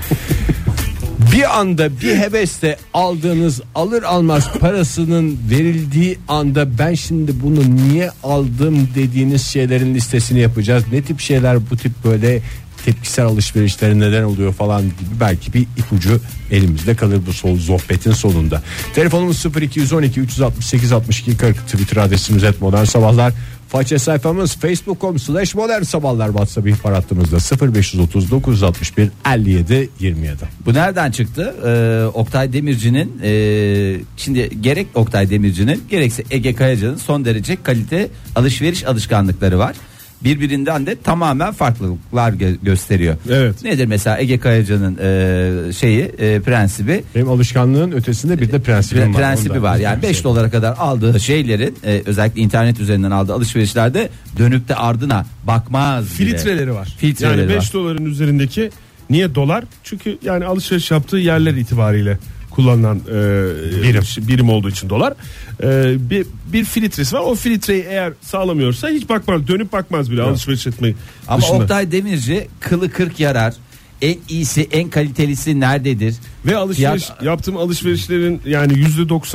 C: bir anda bir hevesle aldığınız alır almaz parasının verildiği anda ben şimdi bunu niye aldım dediğiniz şeylerin listesini yapacağız. Ne tip şeyler bu tip böyle tepkisel alışverişlere neden oluyor falan gibi belki bir ipucu elimizde kalır bu sol sohbetin sonunda. Telefonumuz 0212 368 62 40 Twitter adresimiz et modern sabahlar. Faça sayfamız facebook.com slash modern sabahlar WhatsApp ihbar hattımızda 0530 961 57 27.
D: Bu nereden çıktı? Ee, Oktay Demirci'nin e, şimdi gerek Oktay Demirci'nin gerekse Ege Kayacan'ın son derece kalite alışveriş alışkanlıkları var. Birbirinden de tamamen farklılıklar gö- gösteriyor.
E: Evet.
D: Nedir mesela Ege Kayacan'ın e, şeyi e, prensibi?
C: Benim alışkanlığın ötesinde bir de prensibim var.
D: prensibi
C: Ondan
D: var. Yani
C: bahsedeyim.
D: 5
E: Şey.
D: dolara kadar aldığı şeylerin e, özellikle internet üzerinden aldığı alışverişlerde dönüp de ardına bakmaz. bile.
E: Filtreleri var.
D: Filtreleri
E: yani 5
D: var.
E: doların üzerindeki niye dolar? Çünkü yani alışveriş yaptığı yerler itibariyle kullanılan e, birim. olduğu için dolar. E, bir, bir filtresi var. O filtreyi eğer sağlamıyorsa hiç bakmaz. Dönüp bakmaz bile alışveriş etmeyi.
D: Ama
E: dışında.
D: Oktay Demirci kılı kırk yarar. En iyisi, en kalitelisi nerededir?
E: Ve alışveriş
D: Fiyat-
E: yaptığım alışverişlerin yani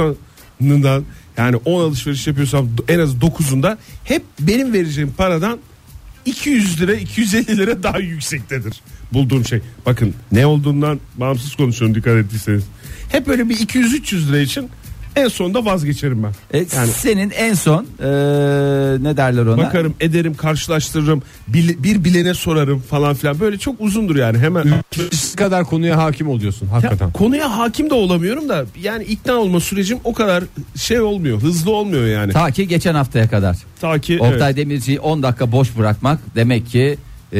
E: %90'ından yani 10 alışveriş yapıyorsam do- en az 9'unda hep benim vereceğim paradan 200 lira 250 lira daha yüksektedir bulduğum şey. Bakın ne olduğundan bağımsız konuşuyorum dikkat ettiyseniz. Hep böyle bir 200-300 lira için en sonunda vazgeçerim ben.
D: E, senin en son e, ne derler ona?
E: Bakarım ederim karşılaştırırım bil- bir bilene sorarım falan filan böyle çok uzundur yani hemen.
C: Siz kadar konuya hakim oluyorsun
E: Ya,
C: hakikaten.
E: konuya hakim de olamıyorum da yani ikna olma sürecim o kadar şey olmuyor hızlı olmuyor yani. Ta,
D: Ta ki geçen haftaya kadar.
E: ki
D: Oktay
E: evet.
D: Demirci'yi 10 dakika boş bırakmak demek ki e,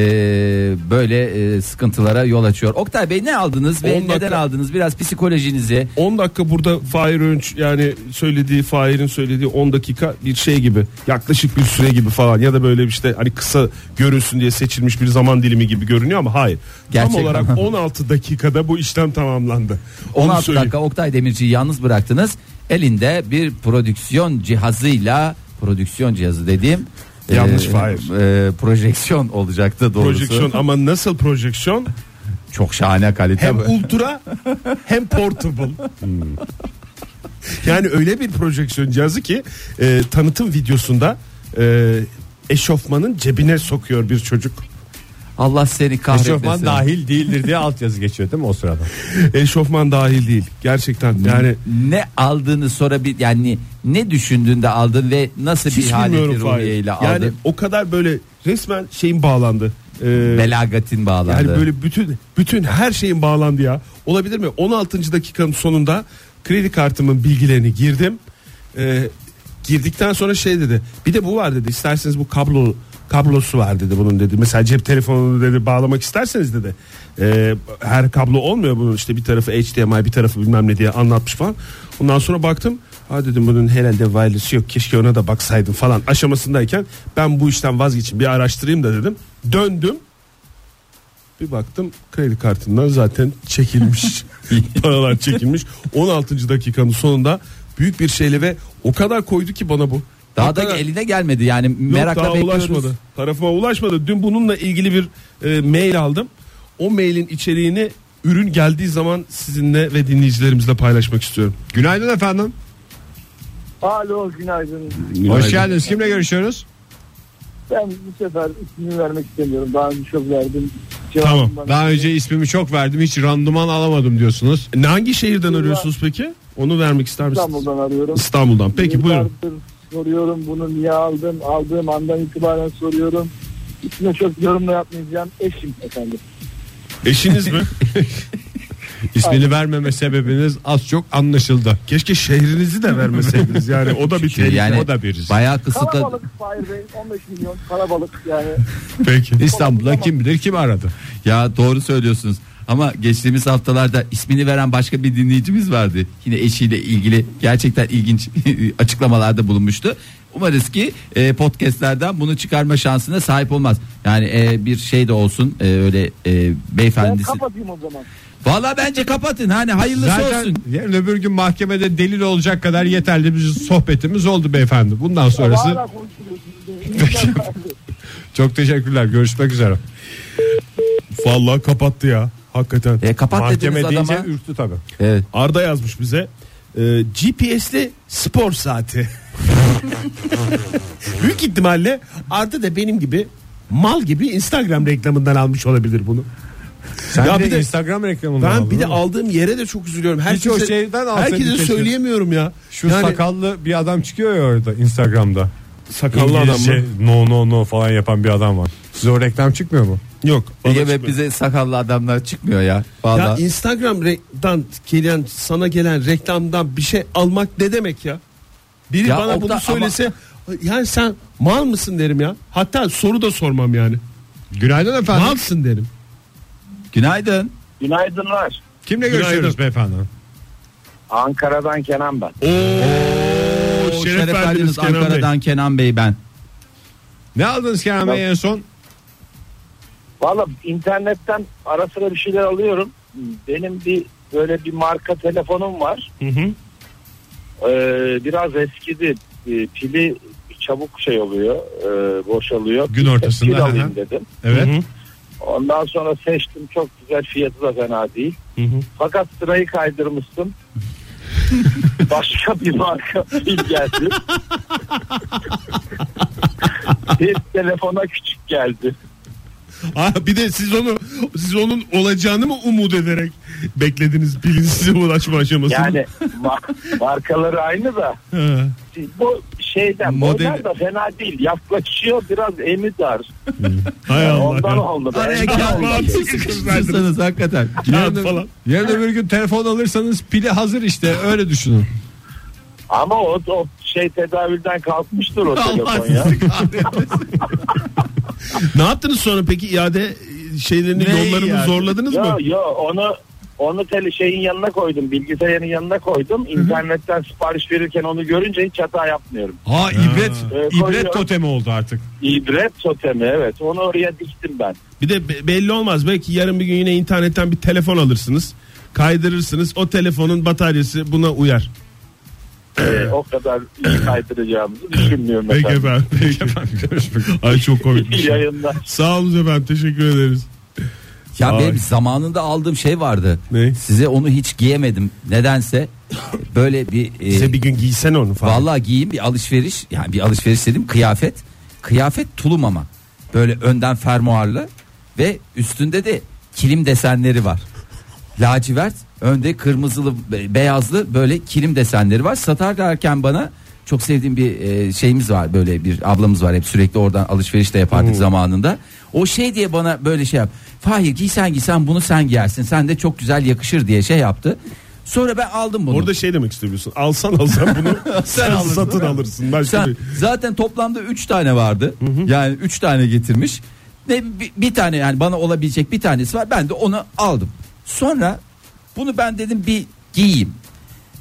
D: böyle e, sıkıntılara yol açıyor. Oktay Bey ne aldınız ve
E: 10
D: neden
E: dakika-
D: aldınız? Biraz psikolojinizi.
E: 10 dakika burada Fahir Önç yani söylediği Fahir'in söylediği 10 dakika bir şey gibi yaklaşık bir süre gibi falan ya da böyle işte hani kısa görünsün diye seçilmiş bir zaman dilimi gibi görünüyor ama hayır.
D: Gerçek
E: Tam olarak
D: anlamda.
E: 16 dakikada bu işlem tamamlandı. Onu
D: 16
E: söyleyeyim.
D: dakika Oktay Demirci'yi yalnız bıraktınız. Elinde bir prodüksiyon cihazıyla prodüksiyon cihazı dediğim
E: Yanlış,
D: e,
E: hayır.
D: e, projeksiyon olacaktı doğrusu.
E: Projeksiyon ama nasıl projeksiyon?
D: Çok şahane kalite.
E: Hem
D: bu.
E: ultra hem portable. Hmm. yani öyle bir projeksiyon cihazı ki e, tanıtım videosunda e, eşofmanın cebine sokuyor bir çocuk.
D: Allah seni kahretmesin.
C: Eşofman dahil değildir diye altyazı geçiyor değil mi o sırada?
E: Eşofman dahil değil. Gerçekten yani
D: Ne aldığını sorabil yani ne düşündüğünde aldın ve nasıl bir
E: hiç
D: haleti
E: bilmiyorum Fahir.
D: ruhiye ile aldın.
E: Yani o kadar böyle resmen şeyin bağlandı. E,
D: Belagatin bağlandı.
E: yani böyle bütün bütün her şeyin bağlandı ya. Olabilir mi? 16. dakikanın sonunda kredi kartımın bilgilerini girdim. Ee, girdikten sonra şey dedi. Bir de bu var dedi. İsterseniz bu kablo kablosu var dedi bunun dedi. Mesela cep telefonunu dedi bağlamak isterseniz dedi. Ee, her kablo olmuyor bunun işte bir tarafı HDMI bir tarafı bilmem ne diye anlatmış falan. Ondan sonra baktım. Ha dedim bunun herhalde wireless'ı yok. Keşke ona da baksaydım falan aşamasındayken ben bu işten vazgeçeyim bir araştırayım da dedim. Döndüm. Bir baktım kredi kartından zaten çekilmiş. Paralar çekilmiş. 16. dakikanın sonunda büyük bir şeyle ve o kadar koydu ki bana bu.
D: daha da
E: Hakikaten-
D: eline gelmedi yani
E: Yok,
D: merakla
E: daha
D: bekliyoruz.
E: ulaşmadı. Tarafıma ulaşmadı. Dün bununla ilgili bir e, mail aldım. O mailin içeriğini ürün geldiği zaman sizinle ve dinleyicilerimizle paylaşmak istiyorum.
C: Günaydın efendim.
F: Alo günaydın.
C: Hoş geldiniz. Kimle görüşüyoruz?
F: Ben bu sefer ismini vermek istemiyorum. Daha önce çok verdim. Cevabım
E: Tamam,
F: bana-
C: Daha önce ismimi çok verdim. Hiç randıman alamadım diyorsunuz.
E: E, Ne, Hangi şehirden arıyorsunuz peki? Onu vermek ister misiniz?
F: İstanbul'dan arıyorum.
E: İstanbul'dan. Peki buyurun.
F: Yıllardır Soruyorum bunu niye aldım? Aldığım andan itibaren soruyorum. İçine çok yorum da yapmayacağım. Eşim efendim.
E: Eşiniz mi?
C: İsmini vermeme sebebiniz az çok anlaşıldı.
E: Keşke şehrinizi de vermeseydiniz. Yani o da bir tehlike.
D: Yani
E: o da bir risk.
D: bayağı kısıtlı.
F: Kalabalık Fahir Bey 15 milyon kalabalık yani.
C: Peki. İstanbul'da kim bilir kim aradı.
D: Ya doğru söylüyorsunuz. Ama geçtiğimiz haftalarda ismini veren başka bir dinleyicimiz vardı. Yine eşiyle ilgili gerçekten ilginç açıklamalarda bulunmuştu. Umarız ki e, podcastlerden bunu çıkarma şansına sahip olmaz. Yani e, bir şey de olsun e, öyle e,
F: Ben
D: beyefendisi.
F: kapatayım o zaman.
D: Valla bence kapatın hani hayırlısı
C: Zaten
D: olsun.
C: yarın öbür gün mahkemede delil olacak kadar yeterli bir sohbetimiz oldu beyefendi. Bundan sonrası
F: Hala konuşuyorsunuz.
C: çok teşekkürler. Görüşmek üzere.
E: Vallahi kapattı ya. Hakikaten.
D: E, kapat
E: Mahkeme
D: dediniz
E: deyince
D: adama.
E: ürktü tabii.
D: Evet.
E: Arda yazmış bize. e, GPS'li spor saati. Büyük ihtimalle Arda da benim gibi mal gibi Instagram reklamından almış olabilir bunu.
C: Sen
E: Ya
C: de,
E: bir de-
C: Instagram reklamından
E: Ben
C: aldın,
E: bir de
C: değil mi?
E: aldığım yere de çok üzülüyorum. Herkese,
C: o şeyden alsaydın
E: herkese
C: keşke.
E: söyleyemiyorum ya.
C: Şu sakallı bir adam çıkıyor ya orada Instagram'da.
E: sakallı adam mı?
C: İngilizce şey, no no no falan yapan bir adam var. Size o reklam çıkmıyor mu?
E: Yok. bana
D: Ege
E: çıkmıyor.
D: ve bize sakallı adamlar çıkmıyor ya. Valla.
G: Ya Instagram'dan gelen sana gelen reklamdan bir şey almak ne demek ya? Biri
D: Ya
G: bana
D: Oktay
G: bunu
D: ama-
G: söylese yani sen mal mısın derim ya. Hatta soru da sormam yani.
C: Günaydın efendim.
G: Malsın derim.
D: Günaydın.
H: Günaydınlar.
C: Kimle
E: Günaydın.
C: görüşüyoruz beyefendi?
H: Ankara'dan Kenan ben.
E: Oo,
D: O
E: şeref,
D: şeref
E: verdiniz
D: verdiniz
E: Kenan Bey.
D: Ankara'dan Kenan Bey ben.
C: Ne aldınız Kenan Bey en son?
H: Valla internetten ara sıra bir şeyler alıyorum. Benim bir böyle bir marka telefonum var. Ee, biraz eskidi. Ee, pili çabuk şey oluyor. e, boşalıyor.
C: Gün
H: Bir
C: ortasında,
H: Pil
C: hı hı.
H: alayım dedim.
C: Evet.
H: Ondan sonra seçtim. Çok güzel fiyatı da fena değil. Fakat sırayı kaydırmıştım. Başka bir marka pil geldi. bir telefona küçük geldi.
E: Ha, bir de siz onu siz onun olacağını mı umut ederek beklediniz bilin size ulaşma aşamasını.
H: Yani ma- markaları aynı da
E: Ha.
H: bu şeyden
D: Modeli-
H: model da fena değil. Yaklaşıyor biraz emi dar.
E: Hay Allah.
H: Ondan
E: ya.
H: oldu. be.
D: Araya
H: Ondan
D: kağıt
H: oldu.
E: Allah'ım.
D: sıkıştırırsanız hakikaten.
E: Kağıt
D: Yarın-
E: falan.
C: Yarın öbür gün telefon alırsanız pili hazır işte öyle düşünün.
H: Ama o, o şey tedavülden kalkmıştır o telefon ya.
E: Ne yaptınız sonra peki iade e, şeylerini
D: Ne
E: yollarını
D: iade?
E: zorladınız mı?
H: Yo yo onu onu tele şeyin yanına koydum. Bilgisayarın yanına koydum. İnternetten sipariş verirken onu görünce hiç hata yapmıyorum.
C: Ha ibret
E: E,
H: Ee,
C: ibret
H: koyuyorum.
C: totemi oldu artık.
H: İbret totemi evet. Onu oraya diktim ben.
E: Bir de be- belli olmaz belki yarın bir gün yine internetten bir telefon alırsınız. Kaydırırsınız o telefonun bataryası buna uyar.
H: Ee, o kadar iyi kaydıracağımızı düşünmüyorum
E: Peki
H: efendim.
E: efendim. Peki Ay çok komik bir
H: İyi
E: şey.
H: yayınlar.
E: Sağ olun efendim teşekkür ederiz.
D: Ya
E: Ay.
D: benim zamanında aldığım şey vardı.
E: Ne?
D: Size onu hiç giyemedim. Nedense böyle bir e,
G: Size bir gün giysen onu falan.
D: vallahi giyeyim bir alışveriş. Yani bir alışveriş dedim kıyafet. Kıyafet tulum ama. Böyle önden fermuarlı ve üstünde de kilim desenleri var. Lacivert önde kırmızılı be- beyazlı böyle kilim desenleri var. Satarlarken bana çok sevdiğim bir e, şeyimiz var böyle bir ablamız var hep sürekli oradan alışveriş de yapardık zamanında. O şey diye bana böyle şey yap. Fahir giysen giysen bunu sen giyersin. Sen de çok güzel yakışır diye şey yaptı. Sonra ben aldım bunu.
E: Orada şey demek istemiyorsun. Alsan alsan bunu sen
D: alırsın,
E: satın
D: değil mi?
E: alırsın. Başka
D: Sen-
E: bir-
D: zaten toplamda 3 tane vardı. Yani 3 tane getirmiş. Ne bir, bir tane yani bana olabilecek bir tanesi var. Ben de onu aldım. Sonra bunu ben dedim bir giyeyim.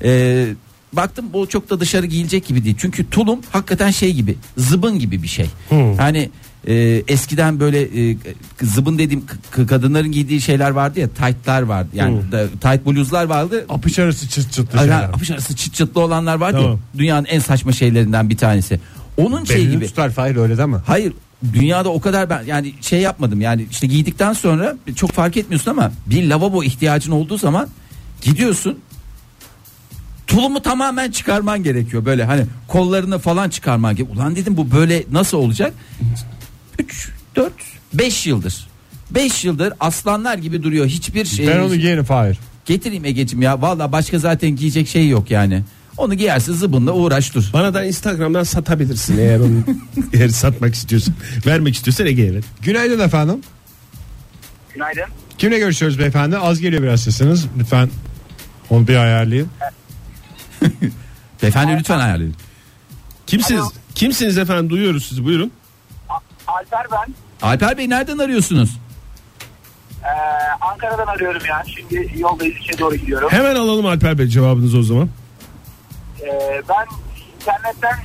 D: Ee, baktım bu çok da dışarı giyilecek gibi değil. Çünkü tulum hakikaten şey gibi, zıbın gibi bir şey. Hani e, eskiden böyle e, zıbın dediğim k- kadınların giydiği şeyler vardı ya, taytlar vardı. Yani da, tayt bluzlar vardı.
C: Apış arası çıt çıtlı
D: Ara,
C: şeyler.
D: apış arası çıt çıtlı olanlar var ya
E: Tamam.
D: dünyanın en saçma şeylerinden bir tanesi. Onun şey
C: Belini
D: gibi.
C: tutar Fahir öyle deme.
D: Hayır dünyada o kadar ben yani şey yapmadım yani işte giydikten sonra çok fark etmiyorsun ama bir lavabo ihtiyacın olduğu zaman gidiyorsun. tulumu tamamen çıkarman gerekiyor böyle hani kollarını falan çıkarman gerekiyor. Ulan dedim bu böyle nasıl olacak? 3 4 5 yıldır. 5 yıldır aslanlar gibi duruyor. Hiçbir şey
C: Ben onu giyerim Fahir.
D: getireyim Ege'cim ya. Valla başka zaten giyecek şey yok yani. Onu giyersin zıbınla uğraş dur.
E: Bana da Instagram'dan satabilirsin eğer onu eğer satmak istiyorsan. Vermek istiyorsan Ege'ye ver.
C: Günaydın efendim.
H: Günaydın.
C: Kimle görüşüyoruz beyefendi? Az geliyor biraz sesiniz. Lütfen onu bir ayarlayın.
D: Beyefendi lütfen ayarlayın.
E: Kimsiniz?
H: Alo.
E: Kimsiniz efendim? Duyuyoruz sizi. Buyurun.
H: Alper ben.
D: Alper Bey nereden arıyorsunuz?
H: Ee, Ankara'dan arıyorum ya. Şimdi yolda İlçe'ye doğru gidiyorum.
E: Hemen alalım Alper Bey cevabınızı o zaman.
H: Ee, ben internetten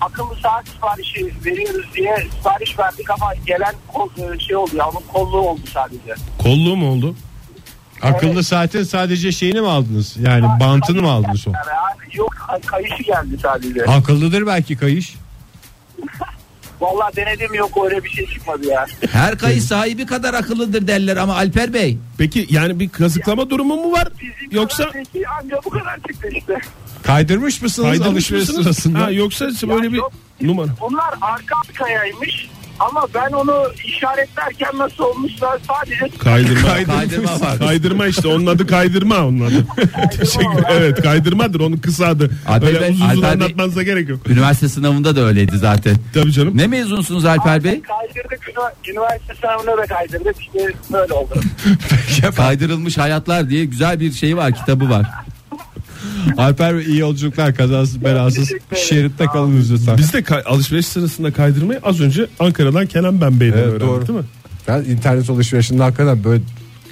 H: akıllı saat siparişi veriyoruz diye sipariş verdik ama gelen kol, şey oldu ya onun kolluğu oldu sadece.
E: Kolluğu mu oldu?
C: Akıllı saatin sadece şeyini mi aldınız? Yani bantını mı aldınız o?
H: Yani, abi, yok kay- kayışı geldi sadece.
C: Akıllıdır belki kayış.
H: Vallahi denedim yok öyle bir şey çıkmadı ya.
D: Her kayı sahibi kadar akıllıdır derler ama Alper Bey.
E: Peki yani bir kazıklama durumu mu var?
H: Bizim
E: Yoksa
H: kanaldaki Anca bu kadar çıktı işte.
C: Kaydırmış mısınız
E: kaydırmış
C: alışveriş
E: mısınız?
C: sırasında?
E: Ha, yoksa böyle bir
H: yok.
E: numara.
H: Bunlar arka arkayaymış ama ben onu işaretlerken nasıl olmuşlar sadece
E: Kaydırma.
D: Kaydırma var.
E: Kaydırma işte onun adı kaydırma onun adı. Teşekkür Evet kaydırmadır onun kısa adı.
D: Alper
E: Böyle
D: Bey-
E: uzun uzun
D: Alper Bey-
E: anlatmanıza gerek yok.
D: Üniversite sınavında da öyleydi zaten.
E: Tabii canım.
D: Ne mezunsunuz Alper Bey?
H: kaydırdık. ünivers- Üniversite sınavına da kaydırdık. İşte böyle oldu.
D: Kaydırılmış hayatlar diye güzel bir şey var kitabı var.
C: Alper Bey iyi yolculuklar kazasız belasız
H: Teşekkür ederim.
C: şeritte kalın lütfen.
E: Biz de kay- alışveriş sırasında kaydırmayı az önce Ankara'dan Kenan Ben Bey'den
C: Evet,
E: öğrendik
C: doğru.
E: değil mi?
C: Ben internet alışverişinde hakikaten böyle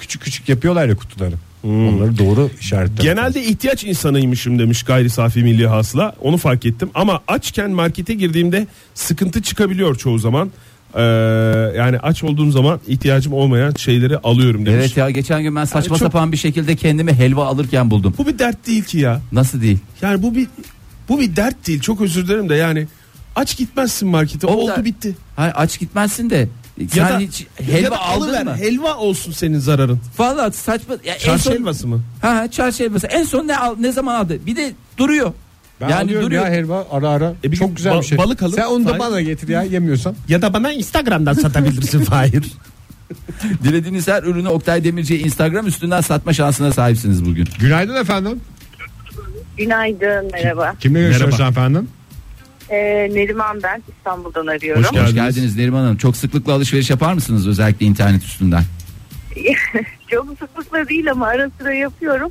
C: küçük küçük yapıyorlar ya kutuları.
E: Hmm.
C: Onları doğru işaretler.
E: Genelde ihtiyaç insanıymışım demiş gayri safi milli hasla. Onu fark ettim ama açken markete girdiğimde sıkıntı çıkabiliyor çoğu zaman. Ee, yani aç olduğum zaman ihtiyacım olmayan şeyleri alıyorum demiş.
D: Evet ya geçen gün ben saçma
E: Yani çok-
D: sapan bir şekilde kendimi helva alırken buldum.
E: Bu bir dert değil ki ya.
D: Nasıl değil?
E: Yani bu bir bu bir dert değil. Çok özür dilerim de yani aç gitmezsin markete.
D: O
E: Oldu
D: da-
E: bitti.
D: Hayır aç gitmezsin de. Sen
E: Ya da-
D: hiç helva
E: ya da
D: aldın
E: alıver,
D: mı?
E: Helva olsun senin zararın.
D: Valla saçma. Ya en
E: Çarşı
D: son,
E: helvası mı?
D: Ha çarşı helvası. En son ne al, ne zaman aldı? Bir de duruyor.
C: Ben alıyorum ya helva ara ara.
E: E bir
C: Çok
E: gün
C: güzel
E: ba-
C: bir şey.
E: balık alın.
C: Sen onu da
E: Hayır.
C: bana getir ya yemiyorsan.
E: Ya da bana Instagram'dan satabilirsin Fahir.
D: Dilediğiniz her ürünü Oktay Demirci'ye Instagram üstünden satma şansına sahipsiniz bugün.
C: Günaydın efendim.
I: Günaydın, merhaba.
C: Kimle görüşüyoruz efendim?
I: Ee, Neriman ben, İstanbul'dan arıyorum.
E: Hoş geldiniz.
D: Hoş geldiniz Neriman Hanım. Çok sıklıkla alışveriş yapar mısınız özellikle internet üstünden?
I: Çok sıklıkla değil ama ara sıra yapıyorum.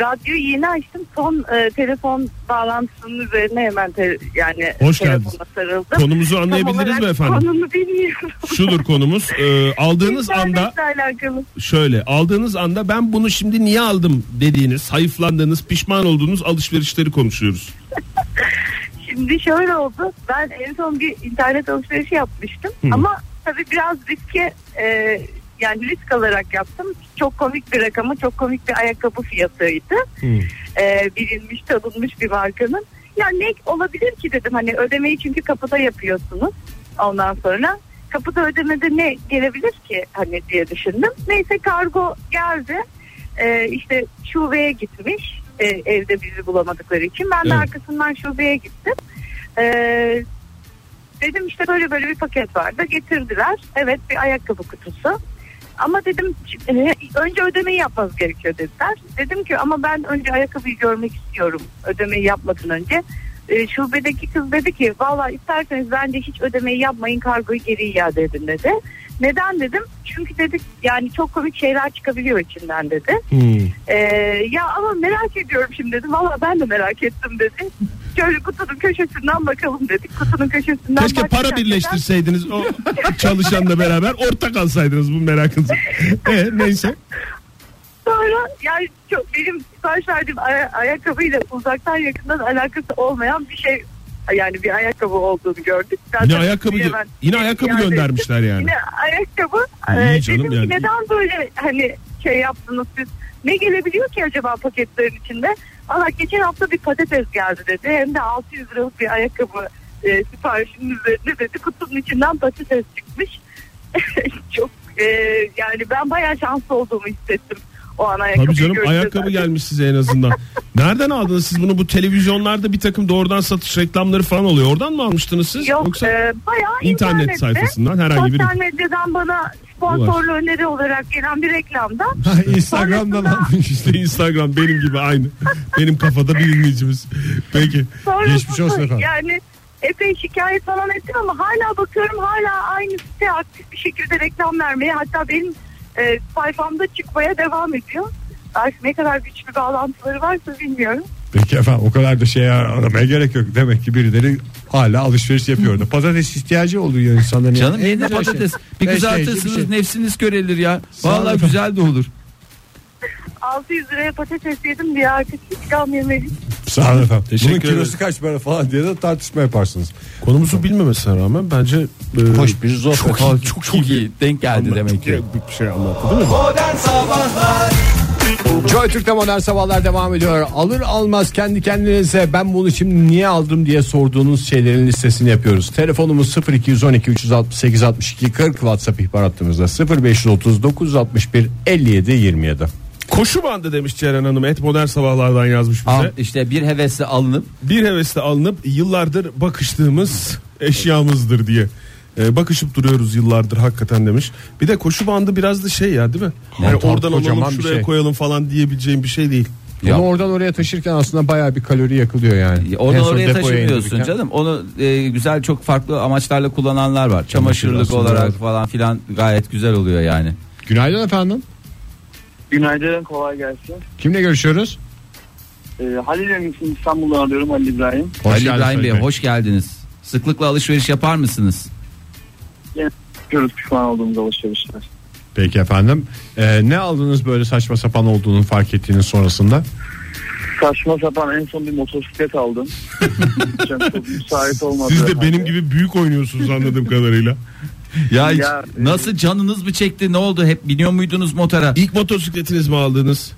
I: Radyoyu yeni açtım. Son e, telefon bağlantısının üzerine hemen te- yani
E: Hoş
I: telefona
E: geldiniz.
I: sarıldım.
E: Konumuzu
I: Tam
E: anlayabildiniz mi
I: olarak
E: efendim?
I: Konumu bilmiyorum.
E: Şudur konumuz. Ee, aldığınız anda
I: İnternetle alakalı.
E: şöyle aldığınız anda ben bunu şimdi niye aldım dediğiniz, hayıflandığınız, pişman olduğunuz alışverişleri konuşuyoruz.
I: Şimdi şöyle oldu. Ben en son bir internet alışverişi yapmıştım. Ama tabii biraz riske e, yani risk alarak yaptım. Çok komik bir rakama çok komik bir ayakkabı fiyatıydı. E, bilinmiş tanınmış bir markanın. Ya ne olabilir ki dedim hani ödemeyi çünkü kapıda yapıyorsunuz. Ondan sonra kapıda ödemede ne gelebilir ki hani diye düşündüm. Neyse kargo geldi. E, işte şubeye gitmiş. E, evde bizi bulamadıkları için. Ben de
E: Evet.
I: arkasından şubeye gittim. Ee, dedim işte böyle böyle bir paket vardı. Getirdiler. Evet bir ayakkabı kutusu. Ama dedim e, önce ödemeyi yapmanız gerekiyor dediler. Dedim ki ama ben önce ayakkabıyı görmek istiyorum ödemeyi yapmadan önce. Ee, şubedeki kız dedi ki valla isterseniz bence hiç ödemeyi yapmayın kargoyu geri iade edin dedi. Neden dedim? Çünkü dedik yani çok komik şeyler çıkabiliyor içinden dedi. Ee, ya ama merak ediyorum şimdi dedim. Valla ben de merak ettim dedi. Şöyle kutunun köşesinden bakalım dedik. Kutunun köşesinden
E: Keşke para
I: bakarken-
E: birleştirseydiniz o çalışanla beraber ortak alsaydınız bu merakınızı. E, neyse.
I: Sonra yani çok benim sipariş verdiğim aya- ayakkabıyla uzaktan yakından alakası olmayan bir şey yani bir ayakkabı olduğunu gördük. Zaten
E: Yine ayakkabı gö-
I: hemen-
E: yine ayakkabı
I: Yani-
E: göndermişler yani.
I: Yine ayakkabı.
E: İyi
I: Ee,
E: canım
I: dedim
E: yani.
I: ki neden böyle hani şey yaptınız siz? Ne gelebiliyor ki acaba paketlerin içinde? Valla geçen hafta bir patates geldi dedi. Hem de 600 liralık bir ayakkabı e, siparişinin üzerine dedi. Kutunun içinden patates çıkmış. Çok e, yani ben bayağı şanslı olduğumu hissettim. O an ayakkabıyı
E: Tabii canım
I: görünce
E: ayakkabı
I: zaten-
E: gelmiş size en azından. Nereden aldınız siz bunu? Bu televizyonlarda bir takım doğrudan satış reklamları falan oluyor. Oradan mı almıştınız siz?
I: Yok
E: Yoksa
I: e, bayağı
E: internet
I: internette,
E: sayfasından herhangi bir-
I: Sosyal medyadan bana sponsorlu öneri olarak gelen bir reklamda
C: Instagram'dan
I: Sonrasında-
C: almış işte.
E: işte Instagram benim gibi aynı. benim kafada bir dinleyicimiz. Peki.
I: Sonrasında
C: Geçmiş olsun efendim.
I: Yani epey şikayet falan ettim ama hala bakıyorum hala aynı site aktif bir şekilde reklam vermeye hatta benim e, sayfamda çıkmaya devam ediyor. Artık ne kadar güçlü bağlantıları varsa bilmiyorum.
C: Peki efendim o kadar da şey aramaya gerek yok. Demek ki birileri hala alışveriş yapıyordu. Patates ihtiyacı oluyor insanların.
D: Canım
C: En
D: yerine
C: güzel şey.
D: patates. Bir
C: Besleyici bir
D: kızartırsınız
C: şey.
D: nefsiniz görelir ya.
C: ol
D: Vallahi
C: efendim.
D: güzel de olur.
I: 600 liraya patates yedim diye artık hiç gam yemedim.
C: Sağ olun efendim.
E: Teşekkür
C: Bunun kilosu
E: ederim.
C: kaç para falan diye de tartışma yaparsınız.
E: Konumuzu bilmemesine rağmen bence e,
C: Hoş bir zor.
D: Çok, çok, iyi. Denk geldi demek ki.
E: bir şey anlattı değil mi?
J: Modern Sabahlar
C: Joy Türk'te modern sabahlar devam ediyor. Alır almaz kendi kendinize ben bunu şimdi niye aldım diye sorduğunuz şeylerin listesini yapıyoruz. Telefonumuz 0212 368 62 40 WhatsApp ihbar hattımızda 0530 961 57 27.
E: Koşu bandı demiş Ceren Hanım. Et modern sabahlardan yazmış bize.
D: Al, işte bir hevesle alınıp
E: bir hevesle alınıp yıllardır bakıştığımız eşyamızdır diye. Ee, bakışıp duruyoruz yıllardır hakikaten demiş. Bir de koşu bandı biraz da şey ya değil mi? Yani
C: Mantar,
E: oradan alalım
C: kocaman bir
E: şuraya
C: şey.
E: koyalım falan diyebileceğim bir şey değil.
D: Ya.
C: Onu oradan oraya taşırken aslında bayağı bir kalori yakılıyor yani. En
D: Onu
C: son
D: oraya
C: depoya
D: taşımıyorsun
C: indirirken.
D: canım. Onu e, güzel çok farklı amaçlarla kullananlar var. Çamaşırlık
C: aslında
D: olarak
C: doğru.
D: falan filan gayet güzel oluyor yani.
C: Günaydın efendim.
H: Günaydın kolay gelsin.
C: Kimle görüşüyoruz?
H: Ee, Halil Emin'sin İstanbul'dan arıyorum Halil İbrahim.
C: Hoş
D: Ali
C: geldin
D: İbrahim Bey
C: Sayın Bey.
D: hoş geldiniz. Sıklıkla alışveriş yapar mısınız?
H: Görüp pişman olduğumuz alışverişler.
C: Peki efendim. Ee, ne aldınız böyle saçma sapan olduğunu fark ettiğiniz sonrasında?
H: Saçma sapan en son bir motosiklet aldım. Çok müsait olmadı. Ee,
E: Siz de benim gibi büyük oynuyorsunuz anladığım kadarıyla.
D: Ya, hiç-
H: Ya, e-
D: nasıl canınız mı çekti? Ne oldu? Hep biniyor muydunuz motora?
E: İlk motosikletiniz mi aldınız?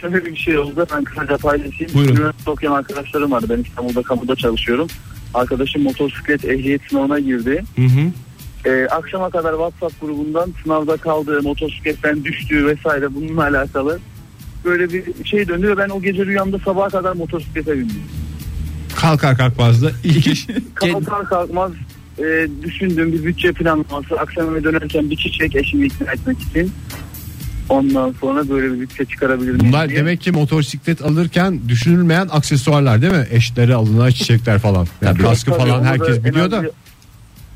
H: Şöyle bir şey oldu. Ben kısaca paylaşayım.
E: Buyurun.
H: Üniversite okuyan arkadaşlarım vardı. Ben İstanbul'da kamuda çalışıyorum. Arkadaşım motosiklet ehliyet sınavına girdi.
E: Hı hı.
H: Ee, akşama kadar WhatsApp grubundan sınavda kaldığı, motosikletten düştüğü vesaire bununla alakalı böyle bir şey döndü ve ben o gece rüyamda sabaha kadar motosiklete bindim.
C: Kalkar kalkmaz da ilk iş
H: Kalkar kalkmaz e, düşündüğüm bir bütçe planlaması. Akşam eve dönerken bir çiçek eşimi ikna etmek için. Ondan sonra böyle bir bütçe çıkarabilir miyim?
C: Bunlar
H: diye.
C: demek ki motosiklet alırken düşünülmeyen aksesuarlar değil mi? Eşlere alınan çiçekler falan. Yani
D: Tabii.
C: kaskı
H: Tabii
C: falan
H: onu
C: herkes
H: en
C: biliyor
H: az
C: da.
H: bir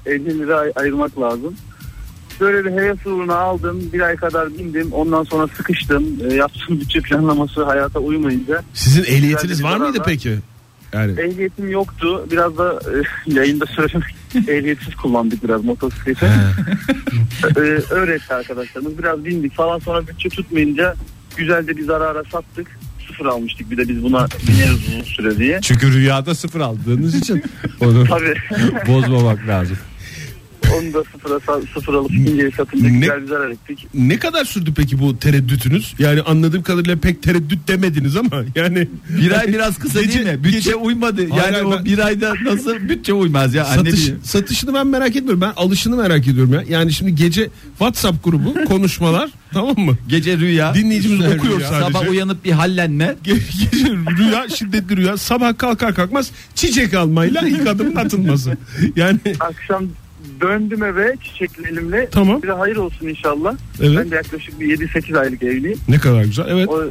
H: 50 lira ay- ayırmak lazım. Böyle bir heves uğruna aldım. Bir ay kadar bindim. Ondan sonra sıkıştım. E, yaptığım bütçe planlaması hayata uymayınca.
E: Sizin ehliyetiniz
H: Güzel
E: var
H: bir
E: mıydı
H: zaman.
E: peki? Yani
H: Ehliyetim yoktu. Biraz da e, yayında söylemek ehliyetsiz kullandık biraz motosikleti. e, öğretti arkadaşlarımız. Biraz bindik falan sonra bütçe tutmayınca güzel de bir zarara sattık. Sıfır almıştık bir de biz buna bineriz uzun süre diye.
C: Çünkü rüyada sıfır aldığınız için onu
H: Tabii
C: bozmamak lazım.
H: onu da sıfıra, sa- sıfır alıp ikinciye satınca
E: Ne-
H: güzel bir zarar ettik.
E: ne kadar sürdü peki bu tereddütünüz? Yani anladığım kadarıyla pek tereddüt demediniz ama yani
D: Bir ay biraz kısa değil
E: Gece-
D: mi? Bütçe
E: gece-
D: uymadı. Yani
E: Hayır, hayır,
D: o
E: ben-
D: bir ayda nasıl bütçe uymaz ya? Anne
E: Satış,
D: diyeyim.
E: satışını ben merak etmiyorum. Ben alışını merak ediyorum ya. Yani şimdi gece WhatsApp grubu konuşmalar tamam mı?
D: Gece rüya.
E: Dinleyicimiz
D: Güzel
E: okuyor
D: rüya.
E: sadece.
D: Sabah uyanıp bir hallenme.
E: Ge- gece rüya şiddetli rüya sabah kalkar kalkmaz çiçek almayla ilk adımın atılması. Yani
H: Akşam döndüm eve çiçekli elimle.
E: Tamam.
H: Bir de hayır olsun inşallah.
E: Evet.
H: Ben de yaklaşık bir 7-8 aylık evliyim.
E: ne kadar güzel evet.
H: O,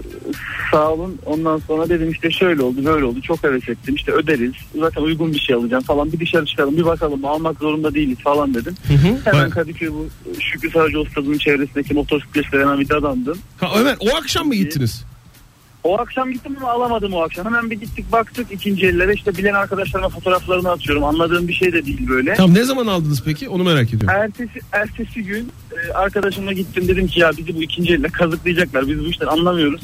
H: sağ olun. Ondan sonra dedim işte şöyle oldu böyle oldu. Çok heves ettim. İşte öderiz. Zaten uygun bir şey alacağım falan. Bir dışarı çıkalım bir bakalım. Almak zorunda değiliz falan dedim. Hemen
E: Bak-
H: Kadıköy bu Şükrü Sarıcı Ostad'ın çevresindeki motosikletle denen bir dadandım.
E: Ha, evet o akşam mı gittiniz?
H: O akşam gittim ama alamadım o akşam. Hemen bir gittik baktık ikinci ellere. İşte bilen arkadaşlarıma fotoğraflarını atıyorum. Anladığım bir şey de değil böyle.
E: Tam ne zaman aldınız peki onu merak ediyorum.
H: Ertesi, ertesi gün e, arkadaşımla gittim dedim ki ya bizi bu ikinci elle kazıklayacaklar. Biz bu işten anlamıyoruz.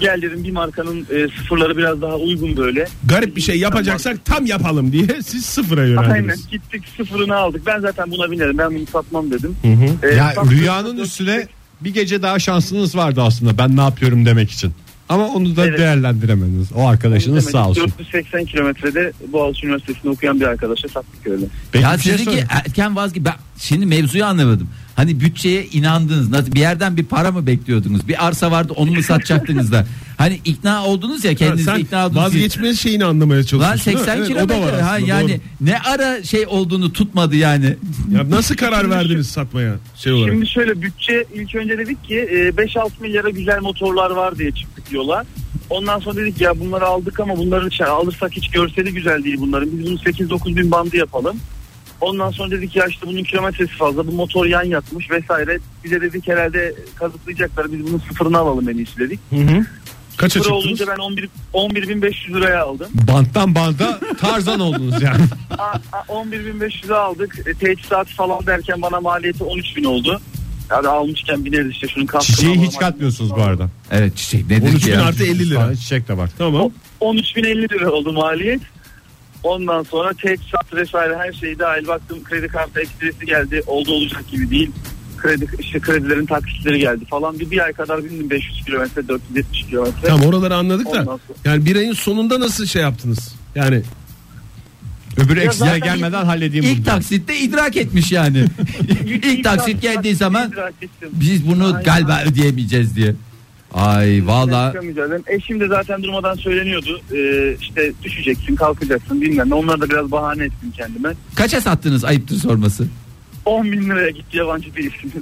H: Gel dedim bir markanın e, sıfırları biraz daha uygun böyle.
E: Garip bir şey yapacaksak tam yapalım diye siz sıfıra
H: Aynen
E: yöneldiniz.
H: gittik sıfırını aldık. Ben zaten buna binerim. Ben bunu satmam dedim. E,
C: Ya
H: sattık.
C: rüyanın üstüne bir gece daha şansınız vardı aslında ben ne yapıyorum demek için. Ama onu da
H: Evet.
C: değerlendiremediniz. O arkadaşınız
H: Demek
C: sağ
H: ki
C: olsun.
H: 480 kilometrede Boğaziçi Üniversitesi'nde okuyan bir arkadaşa sattık öyle.
D: ya
C: bir şey
D: dedi ki
C: sorayım.
D: erken vazgeç. Ben şimdi mevzuyu anlamadım. Hani bütçeye inandınız. Nasıl bir yerden bir para mı bekliyordunuz? Bir arsa vardı onu mu satacaktınız da? Hani ikna oldunuz ya
G: Ha,
D: kendinizi
G: sen
D: ikna oldunuz.
G: vazgeçme şeyini anlamaya
D: Lan
G: çalışıyorsun. değil mi?
D: 80
G: Evet, o da var
D: kilometre. Ha
G: aslında,
D: yani
G: doğru.
D: ne ara şey olduğunu tutmadı yani.
G: Ya nasıl karar verdiniz satmaya şey olarak?
H: Şimdi şöyle bütçe ilk önce dedik ki e, 5-6 milyara güzel motorlar var diye çıktık yola. Ondan sonra dedik ya bunları aldık ama bunları şey, alırsak hiç görseli güzel değil bunların. Biz bunu 8-9 bin bandı yapalım. Ondan sonra dedik ya işte bunun kilometresi fazla bu motor yan yatmış vesaire. Bize dedik herhalde kazıklayacaklar biz bunun sıfırını alalım en iyisi dedik.
G: Kaça
H: Sıfır
G: çıktınız?
H: olunca ben 11 11.500 liraya aldım.
C: Banttan banda tarzan oldunuz yani.
H: A- a- 11.500'e aldık. E, teçhizat falan derken bana maliyeti 13.000 oldu. Yani almışken bineriz işte şunun kaskını
C: Çiçeği hiç
H: alalım.
C: katmıyorsunuz bu arada.
D: Evet çiçek nedir
G: 13
D: ki
G: bin
D: ya?
G: artı 50 lira.
C: Sonra Çiçek de var.
G: Tamam.
H: 13.050 lira oldu maliyet. Ondan sonra teçhizat vesaire her şeyi dahil baktım kredi kartı ekstresi geldi. Oldu olacak gibi değil. Kredi, işte kredilerin taksitleri geldi falan. Bir, bir ay kadar bindim 500 kilometre 470 kilometre.
G: Tamam oraları anladık
H: Ondan
G: da.
H: sonra.
G: Yani bir ayın sonunda nasıl şey yaptınız? Yani
C: Öbürü eksiye
H: zaten
C: gelmeden halledeyim bunu.
D: İlk taksitte idrak etmiş yani. İlk taksit geldiği zaman
H: idrak ettim.
D: biz bunu
H: Aynen.
D: galiba ödeyemeyeceğiz diye. Ay valla
H: Çıkamayacağız. Eşim de E, zaten durmadan söyleniyordu. Ee, işte düşeceksin, kalkacaksın bilmem ne. Onları da biraz bahane ettim kendime.
D: kaça sattınız ayıptır sorması.
H: 10 bin liraya gitti yabancı bir isim.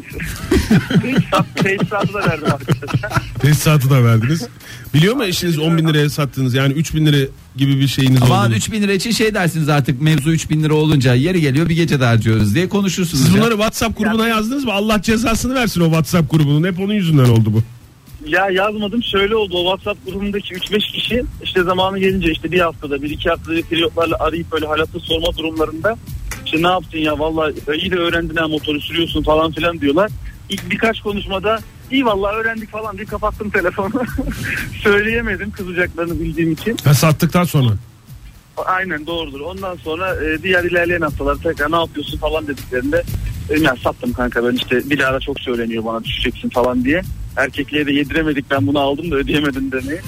H: Tesisatı da verdim arkadaşlar.
G: tesisatı da verdiniz. Biliyor mu eşiniz 10 bin liraya sattınız? Yani 3 bin lira gibi bir şeyiniz
D: Aman
G: oldu.
D: 3000 lira için şey dersiniz artık mevzu 3000 lira olunca yeri geliyor bir gece de harcıyoruz diye konuşursunuz.
G: Siz
D: ya.
G: bunları WhatsApp grubuna yazdınız mı? Allah cezasını versin o WhatsApp grubunun. Hep onun yüzünden oldu bu.
H: Ya yazmadım şöyle oldu. O WhatsApp grubundaki 3-5 kişi işte zamanı gelince işte bir haftada bir iki haftada periyotlarla arayıp böyle halatı sorma durumlarında işte ne yaptın ya valla iyi de öğrendin ha motoru sürüyorsun falan filan diyorlar. İlk birkaç konuşmada iyi valla öğrendik falan diye kapattım telefonu. Söyleyemedim kızacaklarını bildiğim için.
G: Ha, sattıktan sonra.
H: Aynen doğrudur. Ondan sonra e, diğer ilerleyen haftalar tekrar ne yapıyorsun falan dediklerinde dedim ya sattım kanka ben işte bir ara çok söyleniyor bana düşeceksin falan diye. Erkekliğe de yediremedik ben bunu aldım da ödeyemedim demeyi.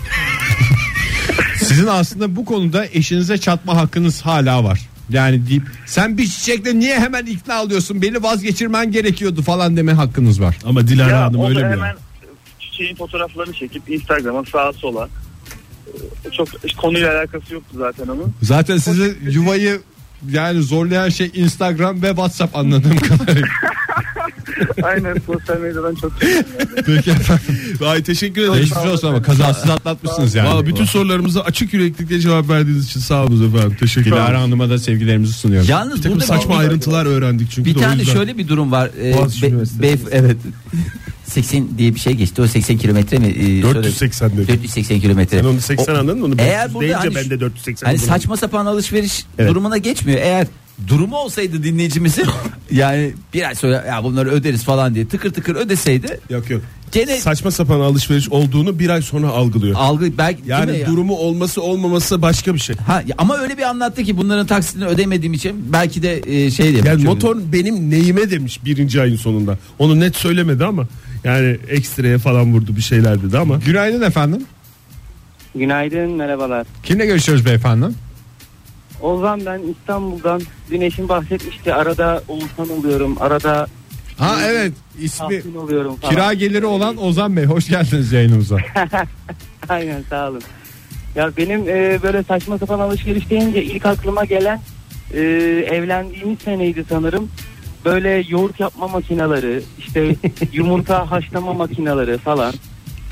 C: Sizin aslında bu konuda eşinize çatma hakkınız hala var. Yani deyip sen bir çiçekle niye hemen ikna oluyorsun beni vazgeçirmen gerekiyordu falan deme hakkınız var.
G: Ama Dilara
H: ya
G: Hanım
H: o
G: öyle
H: da
G: mi?
H: hemen e, çiçeğin fotoğraflarını çekip Instagram'a sağa sola. E, Çok konuyla alakası yoktu zaten onun.
C: Zaten sizi yuvayı yani zorlayan şey Instagram ve WhatsApp anladığım kadarıyla.
H: Aynen sosyal medyadan çok çekinmiyorum.
C: Peki efendim.
G: Ay teşekkür ederim.
C: Geçmiş olsun ama kazasız atlatmışsınız yani.
G: Vallahi bütün sorularımıza açık yüreklikle cevap verdiğiniz için sağ olun efendim. Teşekkür
C: Dilara
G: ederim.
C: Hanım'a da sevgilerimizi sunuyorum.
D: Yalnız
G: Bir
D: burada
G: saçma
D: bir-
G: ayrıntılar öğrendik çünkü.
D: Bir
G: de o
D: tane
G: yüzden.
D: şöyle bir durum var. Ee,
G: Boğaziçi
D: be-
G: Üniversitesi.
D: beyef- evet. 80 diye bir şey geçti. O 80 kilometre mi? Ee,
G: 480
D: söyle-
G: dedi.
D: 480 kilometre.
G: Sen onu 80
D: O-
G: anladın mı? Onu
D: Eğer
G: 400
D: burada
G: deyince
D: hani-
G: ben de 480
D: Hani
G: anladım.
D: saçma sapan alışveriş
G: Evet.
D: durumuna geçmiyor. Eğer durumu olsaydı dinleyicimizin yani biraz sonra ya bunları öderiz falan diye tıkır tıkır ödeseydi
G: Yok yok.
D: gene
G: Saçma sapan alışveriş olduğunu bir ay sonra algılıyor.
D: algı belki değil mi
G: Yani
D: ya?
G: durumu olması olmaması başka bir şey.
D: Ha, ya ama öyle bir anlattı ki bunların taksitini ödemediğim için belki de e, şey diye.
G: Yani motor benim neyime demiş birinci ayın sonunda. Onu net söylemedi ama yani ekstraya falan vurdu bir şeyler dedi ama.
C: Günaydın efendim.
K: Günaydın, merhabalar.
C: Kimle görüşüyoruz beyefendi?
K: Ozan ben İstanbul'dan. Dün eşim bahsetmişti. Arada Oğuzhan oluyorum. Arada
G: Ee,
C: Ha evet ismi
K: Tahsin oluyorum falan.
C: kira geliri olan Ozan Bey hoş geldiniz yayınımıza.
K: Aynen sağ olun. Ya benim e, böyle saçma sapan alışveriş deyince ilk aklıma gelen e, evlendiğimiz seneydi sanırım. Böyle yoğurt yapma makineleri, işte yumurta haşlama makineleri falan.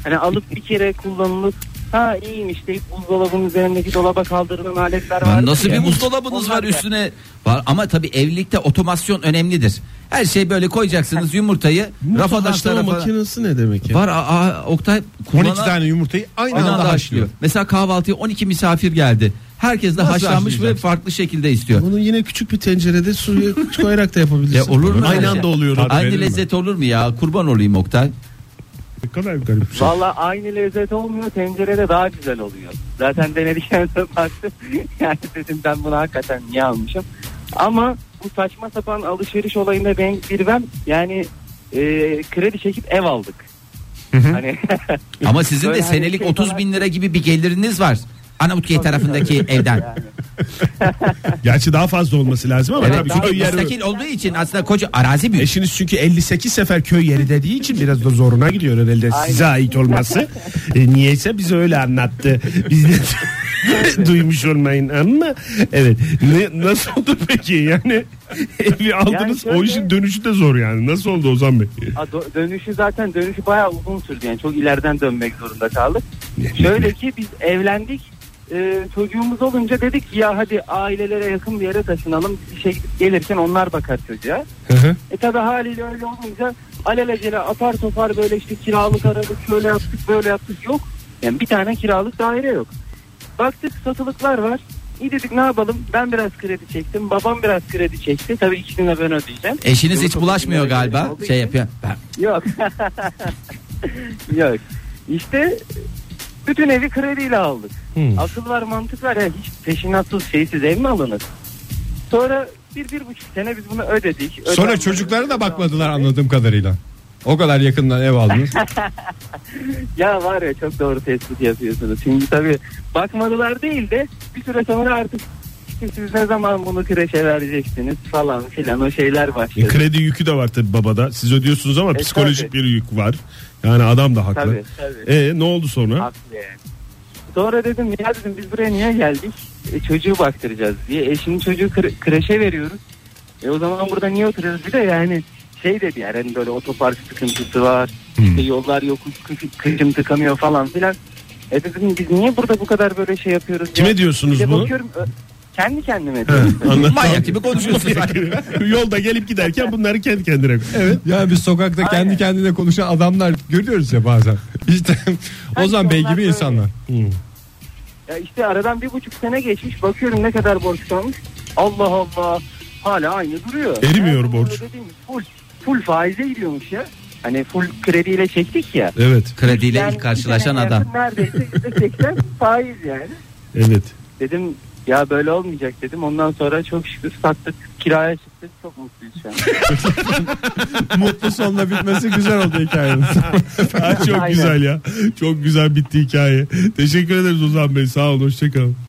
K: Hani alıp bir kere kullanılıp ha iyiymiş deyip buzdolabının üzerindeki dolaba kaldırılan aletler
D: Lan
K: var.
D: nasıl bir
K: ya.
D: buzdolabınız
K: Onlar
D: var
K: da-
D: üstüne var ama tabii evlilikte otomasyon önemlidir. Her şey böyle koyacaksınız yumurtayı rafa
G: Haşlama
D: taşlara falan.
G: makinesi ne demek ya?
D: Var aa, Oktay
C: 12
D: kullanan-
C: tane yumurtayı aynı
D: Aynı
C: anda
D: anda
C: haşlıyor.
D: haşlıyor. Mesela kahvaltıya 12 misafir geldi. Herkes de
C: Nasıl
D: haşlanmış ve
C: haşlayacaksın?
D: farklı şekilde istiyor. E,
G: Bunu yine küçük bir tencerede suyu koyarak da yapabilirsin.
D: Ya olur mu? öyle
G: Aynı anda
D: şey?
G: oluyor.
D: Aynı lezzet olur mu ya? Kurban olayım Oktay.
G: Ne kadar garip bir şey.
K: Valla aynı lezzet olmuyor tencerede daha güzel oluyor. Zaten denedikten sonra baktım. yani dedim ben bunu hakikaten niye almışım. Ama bu saçma sapan alışveriş olayında ben bir ben yani e, kredi çekip ev aldık. Hani
D: Ama sizin
K: Böyle
D: de
K: hani
D: senelik
K: şey
D: 30
K: falan-
D: bin lira gibi bir geliriniz var. Anamutkiye tarafındaki evden.
E: Gerçi daha fazla olması lazım ama
D: Evet,
E: tabii
K: şey
D: daha
E: köy yeri.
D: müstakil olduğu için aslında koca arazi büyük.
E: Eşiniz çünkü 58 sefer köy yeri dediği için biraz da zoruna gidiyor herhalde size ait olması. E, niyeyse bize öyle anlattı. Biz de duymuş olmayın ama evet ne, nasıl oldu peki yani evi aldınız
K: şöyle-
E: o işin dönüşü de zor yani nasıl oldu Ozan Bey?
K: a, dö- dönüşü zaten dönüşü bayağı uzun sürdü yani çok ileriden dönmek zorunda kaldık. Şöyle ki biz evlendik. Ee, çocuğumuz olunca dedik ki ya hadi ailelere yakın bir yere taşınalım. Bir şey gidip gelirken onlar bakar çocuğa. E tabi haliyle öyle olunca alelacele apar topar böyle işte kiralık aradık şöyle yaptık böyle yaptık yok. Yani bir tane kiralık daire yok. Baktık satılıklar var. İyi dedik ne yapalım ben biraz kredi çektim babam biraz kredi çekti. Tabi ikisini de ben ödeyeceğim.
D: Eşiniz hiç
K: Yumurta
D: bulaşmıyor
K: satılıkları
D: galiba.
K: olduğu
D: Şey
K: için-
D: yapıyor. Ben-
K: Yok. Yok. İşte bütün evi krediyle aldık.
C: Hmm.
K: Akıl var mantık var. ya hiç peşinatsız şeysiz ev mi alınır? Sonra bir, bir buçuk sene biz bunu ödedik.
C: Sonra
K: Ödenmedi.
C: çocuklara da bakmadılar anladığım kadarıyla. O kadar yakından ev aldınız.
K: Ya var ya çok doğru tespit yapıyorsunuz. Şimdi tabii bakmadılar değil de bir süre sonra artık işte siz ne zaman bunu kreşe vereceksiniz falan filan o şeyler başladı.
E: E, kredi yükü de var tabi babada siz ödüyorsunuz ama
K: E,
E: psikolojik
K: tabii.
E: bir yük var yani adam da haklı.
K: Tabii tabii.
E: E ne oldu sonra?
K: Haklı yani. Sonra dedim ya dedim biz buraya niye geldik? E, çocuğu baktıracağız diye. E şimdi çocuğu kre- kreşe veriyoruz. E o zaman burada niye oturuyoruz? Bir de yani şey dedi yani hani böyle otopark sıkıntısı var. İşte
E: Hmm.
K: yollar yokuş kı- kıcım tıkanıyor falan filan. E dedim biz niye burada bu kadar böyle şey yapıyoruz?
E: Kime
K: ya?
E: diyorsunuz
K: Bir de
E: bunu?
K: bakıyorum, ö- kendi kendime diyorum.
D: Manyak gibi konuşuyorsunuz.
E: Yolda gelip giderken bunları kendi kendine. Evet.
C: yani biz sokakta kendi
K: Aynen.
C: kendine konuşan adamlar görüyoruz ya bazen. İşte Ozan
K: Sanki
C: Bey
K: onlar
C: gibi
K: böyle.
C: insanlar.
K: Ya işte aradan bir buçuk sene geçmiş bakıyorum ne kadar borç kalmış. Allah Allah hala aynı duruyor.
E: Erimiyor
K: Ya,
E: borç.
K: ödediğimiz Full, full faize gidiyormuş ya. Hani full krediyle çektik ya.
E: Evet.
D: Krediyle
K: Yani
D: ilk karşılaşan
K: bir sene
D: adam.
K: yakın Neredeyse yüzde seksen faiz yani.
E: Evet.
K: Dedim ya böyle olmayacak dedim. Ondan sonra çok şükür sattık. Kiraya çıktık. Çok mutluyuz şu an.
C: Mutlu sonla bitmesi güzel oldu hikayenin.
E: Ha, çok
K: Aynen.
E: güzel ya. Çok güzel bitti hikaye. Teşekkür ederiz Ozan Bey. Sağ olun. Hoşçakalın.